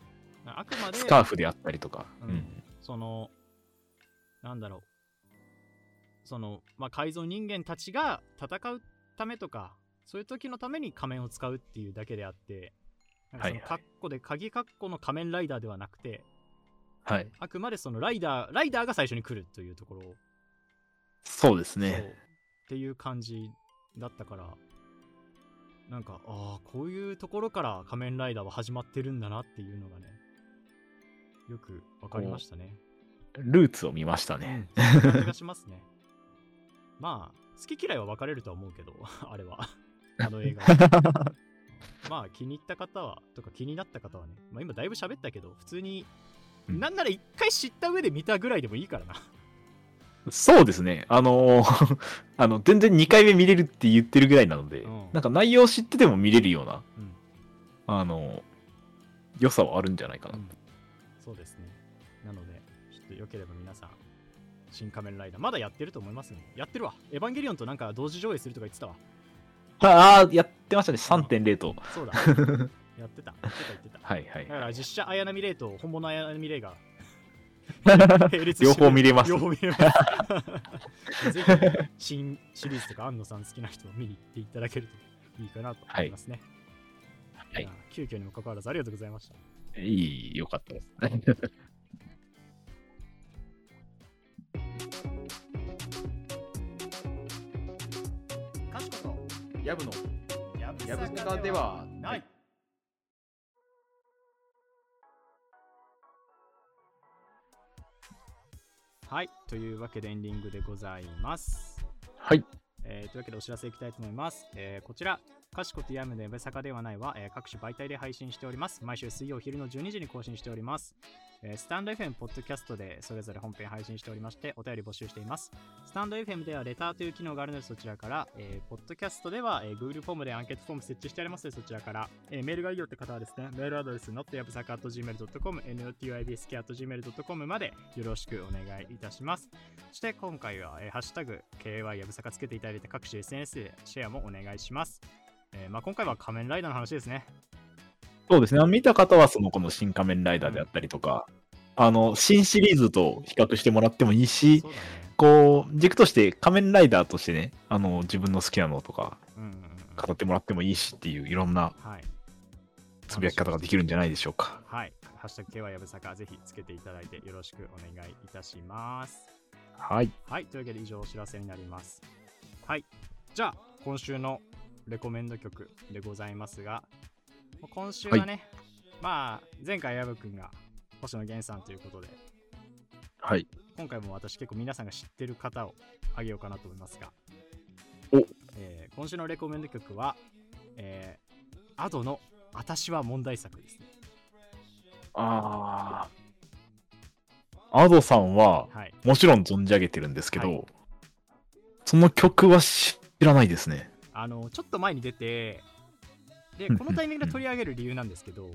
[SPEAKER 2] あくまで
[SPEAKER 1] スカーフであったりとか。
[SPEAKER 2] う
[SPEAKER 1] うんん。
[SPEAKER 2] そのなんだろうその、まあ、改造人間たちが戦うためとかそういう時のために仮面を使うっていうだけであってなんかそ
[SPEAKER 1] はいは
[SPEAKER 2] の
[SPEAKER 1] い
[SPEAKER 2] カッコで鍵カッコの仮面ライダーではなくて
[SPEAKER 1] はい。
[SPEAKER 2] あくまでそのライダーライダーが最初に来るというところを
[SPEAKER 1] そうです
[SPEAKER 2] そう
[SPEAKER 1] ね。
[SPEAKER 2] っていう感じだったからなんかああこういうところから仮面ライダーは始まってるんだなっていうのがねよくわかりましたね。
[SPEAKER 1] ルーツを見ました
[SPEAKER 2] うん
[SPEAKER 1] ね。、
[SPEAKER 2] そんな感じがしますね。まあ好き嫌いは分かれるとは思うけど あれはあの映画はまあ気に入った方はとか気になった方はね、まあ、今だいぶ喋ったけど普通に、
[SPEAKER 1] うん
[SPEAKER 2] なんなら一回知った上で見たぐらいでもいいからな。
[SPEAKER 1] そうですね。あのー あの、全然2回目見れるって言ってるぐらいなので、
[SPEAKER 2] うん
[SPEAKER 1] なんか内容知ってても見れるような、
[SPEAKER 2] うん
[SPEAKER 1] あのー良さはあるんじゃないかな。
[SPEAKER 2] うんそうですね。なので、ちょっとよければ皆さん、新仮面ライダー、まだやってると思いますね。やってるわ。エヴァンゲリオンとなんか同時上映するとか言ってたわ。
[SPEAKER 1] ああ、やってましたね。3.0と。
[SPEAKER 2] そうだ。やってた。言ってた、言ってた。
[SPEAKER 1] はい は
[SPEAKER 2] だから
[SPEAKER 1] い。
[SPEAKER 2] 実写綾波レイと本物綾波レイが並列し て
[SPEAKER 1] 両方見れます
[SPEAKER 2] 両。方見れ ます。ぜひ、新シリーズとか安野さん好きな人を見に行っていただけるといいかなと思いますね。
[SPEAKER 1] はい
[SPEAKER 2] や急遽にもかかわらずありがとうございました。
[SPEAKER 1] いい、よかった ですね。
[SPEAKER 2] かしこ
[SPEAKER 1] ヤブの
[SPEAKER 2] と、や
[SPEAKER 1] やぶさかではない。
[SPEAKER 2] はい、というわけでエンディングでございます。
[SPEAKER 1] はい。
[SPEAKER 2] えーというわけでお知らせいきたいと思います。えーこちら、かしことやむのやぶさかではないは、えー各種媒体で配信しております。毎週水曜昼の12時に更新しております。えースタンド FM、ポッドキャストでそれぞれ本編配信しておりまして、お便り募集しています。スタンド FM ではレターという機能があるのでそちらから、えーポッドキャストでは、えー Google フォームでアンケートフォーム設置してありますのでそちらから、えーメールがいいよって方はですね、メールアドレス notyabusaka.gmail.com、notibsk.gmail.com までよろしくお願いいたします。そして今回は、えーハッシュタグ、KY やぶさかつけていただいて各種 SNS でシェアもお願いします。えーまあ、今回は仮面ライダーの話ですね。
[SPEAKER 1] そうですね。見た方は、その、この新仮面ライダーであったりとか、あの、新シリーズと比較してもらってもいいし、
[SPEAKER 2] そうだね。
[SPEAKER 1] こう、軸として仮面ライダーとしてね、あの、自分の好きなのとか、
[SPEAKER 2] うんうんうん、
[SPEAKER 1] 語ってもらってもいいしっていう、いろんな
[SPEAKER 2] はい。
[SPEAKER 1] つぶやき方ができるんじゃないでしょうか。
[SPEAKER 2] はい。ハッシュタグ KY やぶさか、ぜひつけていただいてよろしくお願いいたします。
[SPEAKER 1] はい。
[SPEAKER 2] はい。というわけで以上お知らせになります。はい。じゃあ、今週のレコメンド曲でございますが、今週はね、まあ、前回矢部君が星野源さんということで、
[SPEAKER 1] はい。
[SPEAKER 2] 今回も私結構皆さんが知ってる方をあげようかなと思いますが、
[SPEAKER 1] お
[SPEAKER 2] えー今週のレコメンド曲は、えー、Ado の私は問題作ですね。
[SPEAKER 1] ああ。アドさんは、
[SPEAKER 2] はい。
[SPEAKER 1] もちろん存じ上げてるんですけど、
[SPEAKER 2] はい
[SPEAKER 1] その曲は知らないですね。
[SPEAKER 2] あのちょっと前に出てで
[SPEAKER 1] うん
[SPEAKER 2] このタイミングで取り上げる理由なんですけど、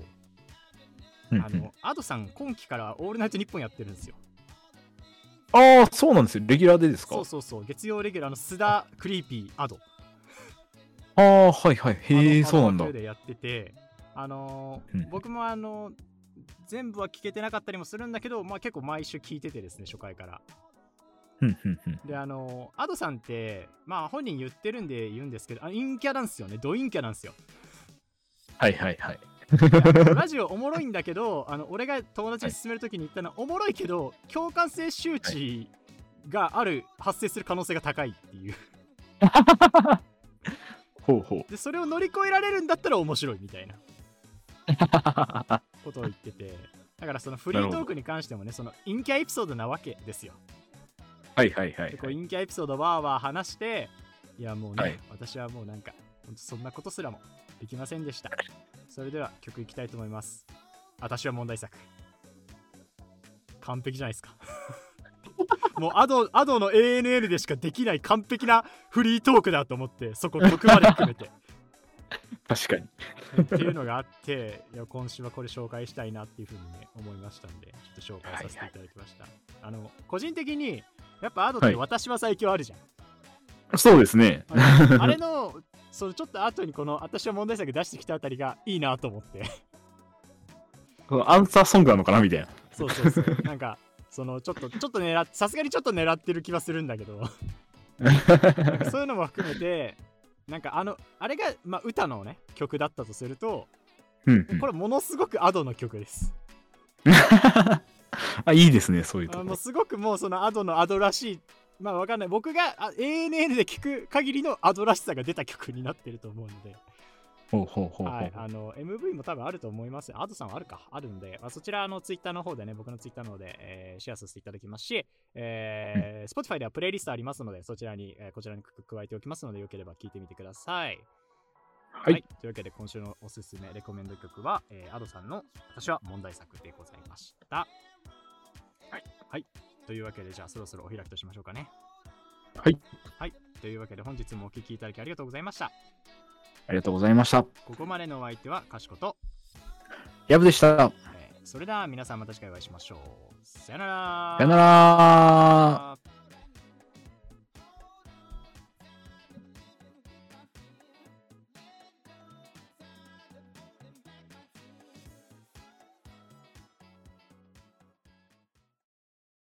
[SPEAKER 1] うん
[SPEAKER 2] あ
[SPEAKER 1] うん
[SPEAKER 2] のアドさん今期から「オールナイトニッポン」やってるんですよ
[SPEAKER 1] ああ、そうなんですよ。レギュラーでですか
[SPEAKER 2] そうそうそう月曜レギュラーの須田クリーピーアド
[SPEAKER 1] ああ、はいはい。へえ、
[SPEAKER 2] あの
[SPEAKER 1] そうなんだ
[SPEAKER 2] あの。枠でやっててあのー
[SPEAKER 1] うん
[SPEAKER 2] 僕もあの全部は聞けてなかったりもするんだけど、まあ、結構毎週聞いててですね初回から
[SPEAKER 1] うんうんうん
[SPEAKER 2] であのアドさんってまあ本人言ってるんで言うんですけどあ陰キャなんですよねド陰キャなんですよ
[SPEAKER 1] はいはいはい。
[SPEAKER 2] ラジオおもろいんだけどあの俺が友達に勧めるときに言ったのはおもろいけど共感性周知がある発生する可能性が高いっていう
[SPEAKER 1] ほうほう。
[SPEAKER 2] でそれを乗り越えられるんだったら面白いみたいな
[SPEAKER 1] は
[SPEAKER 2] ことを言っててだからそのフリートークに関してもねその陰キャエピソードなわけですよ
[SPEAKER 1] いはいはい
[SPEAKER 2] でこう。陰キャエピソードわーわー話していやもうね、
[SPEAKER 1] はい
[SPEAKER 2] 私はもうなんかほんとそんなことすらもできませんでしたそれでは曲いきたいと思います私は問題作完璧じゃないですか もうアドアドの ANN でしかできない完璧なフリートークだと思ってそこ曲まで含めて
[SPEAKER 1] 確かに。
[SPEAKER 2] っていうのがあっていや今週はこれ紹介したいなっていうふうにね思いましたんでちょっと紹介させていただきました、あの個人的にやっぱアドっ
[SPEAKER 1] は
[SPEAKER 2] て
[SPEAKER 1] い
[SPEAKER 2] 私は最強あるじゃん、
[SPEAKER 1] そうですね。
[SPEAKER 2] あ のあれの、そのちょっと後にこの私は問題作出してきたあたりがいいなと思って。
[SPEAKER 1] このアンサーソングなのかなみたいな。
[SPEAKER 2] そうそうそう。なんか、そ のちょっと、ちょっと狙っさすがにちょっと狙ってる気はするんだけど、なんかそういうのも含めて、なんかあの、あれが、まあ、歌のね、曲だったとすると、
[SPEAKER 1] うんうん
[SPEAKER 2] これものすごくアドの曲です。
[SPEAKER 1] あ、いいですね、そういうと
[SPEAKER 2] あ
[SPEAKER 1] こ
[SPEAKER 2] もう
[SPEAKER 1] ろ。
[SPEAKER 2] すごくもうそのアドのアドらしい、まあわかんない。僕があ ANN で聞く限りのアドらしさが出た曲になってると思うので。
[SPEAKER 1] ほうほうほうほ
[SPEAKER 2] はい、あ
[SPEAKER 1] う。
[SPEAKER 2] の MV も多分あると思います。アドさんはあるか、あるんで、まあ、そちらあのツイッターの方でね、僕のツイッターの方で、えーシェアさせていただきますし、えー Spotify ではプレイリストありますので、そちらに、えーこちらに加加えておきますので、よければ聞いてみてください。
[SPEAKER 1] はい
[SPEAKER 2] というわけで、今週のおすすめレコメンド曲は、えー、アドさんの私は問題作でございました。
[SPEAKER 1] はい。
[SPEAKER 2] はい、というわけで、じゃあそろそろお開きとしましょうかね。
[SPEAKER 1] はい。
[SPEAKER 2] はい。というわけで、本日もお聴きいただきありがとうございました。
[SPEAKER 1] ありがとうございました。
[SPEAKER 2] ここまでのお相手は、かしこと、
[SPEAKER 1] ヤブでした。
[SPEAKER 2] えーそれでは皆さんまた次回お会いしましょう。さよなら。
[SPEAKER 1] さよなら。
[SPEAKER 2] ら。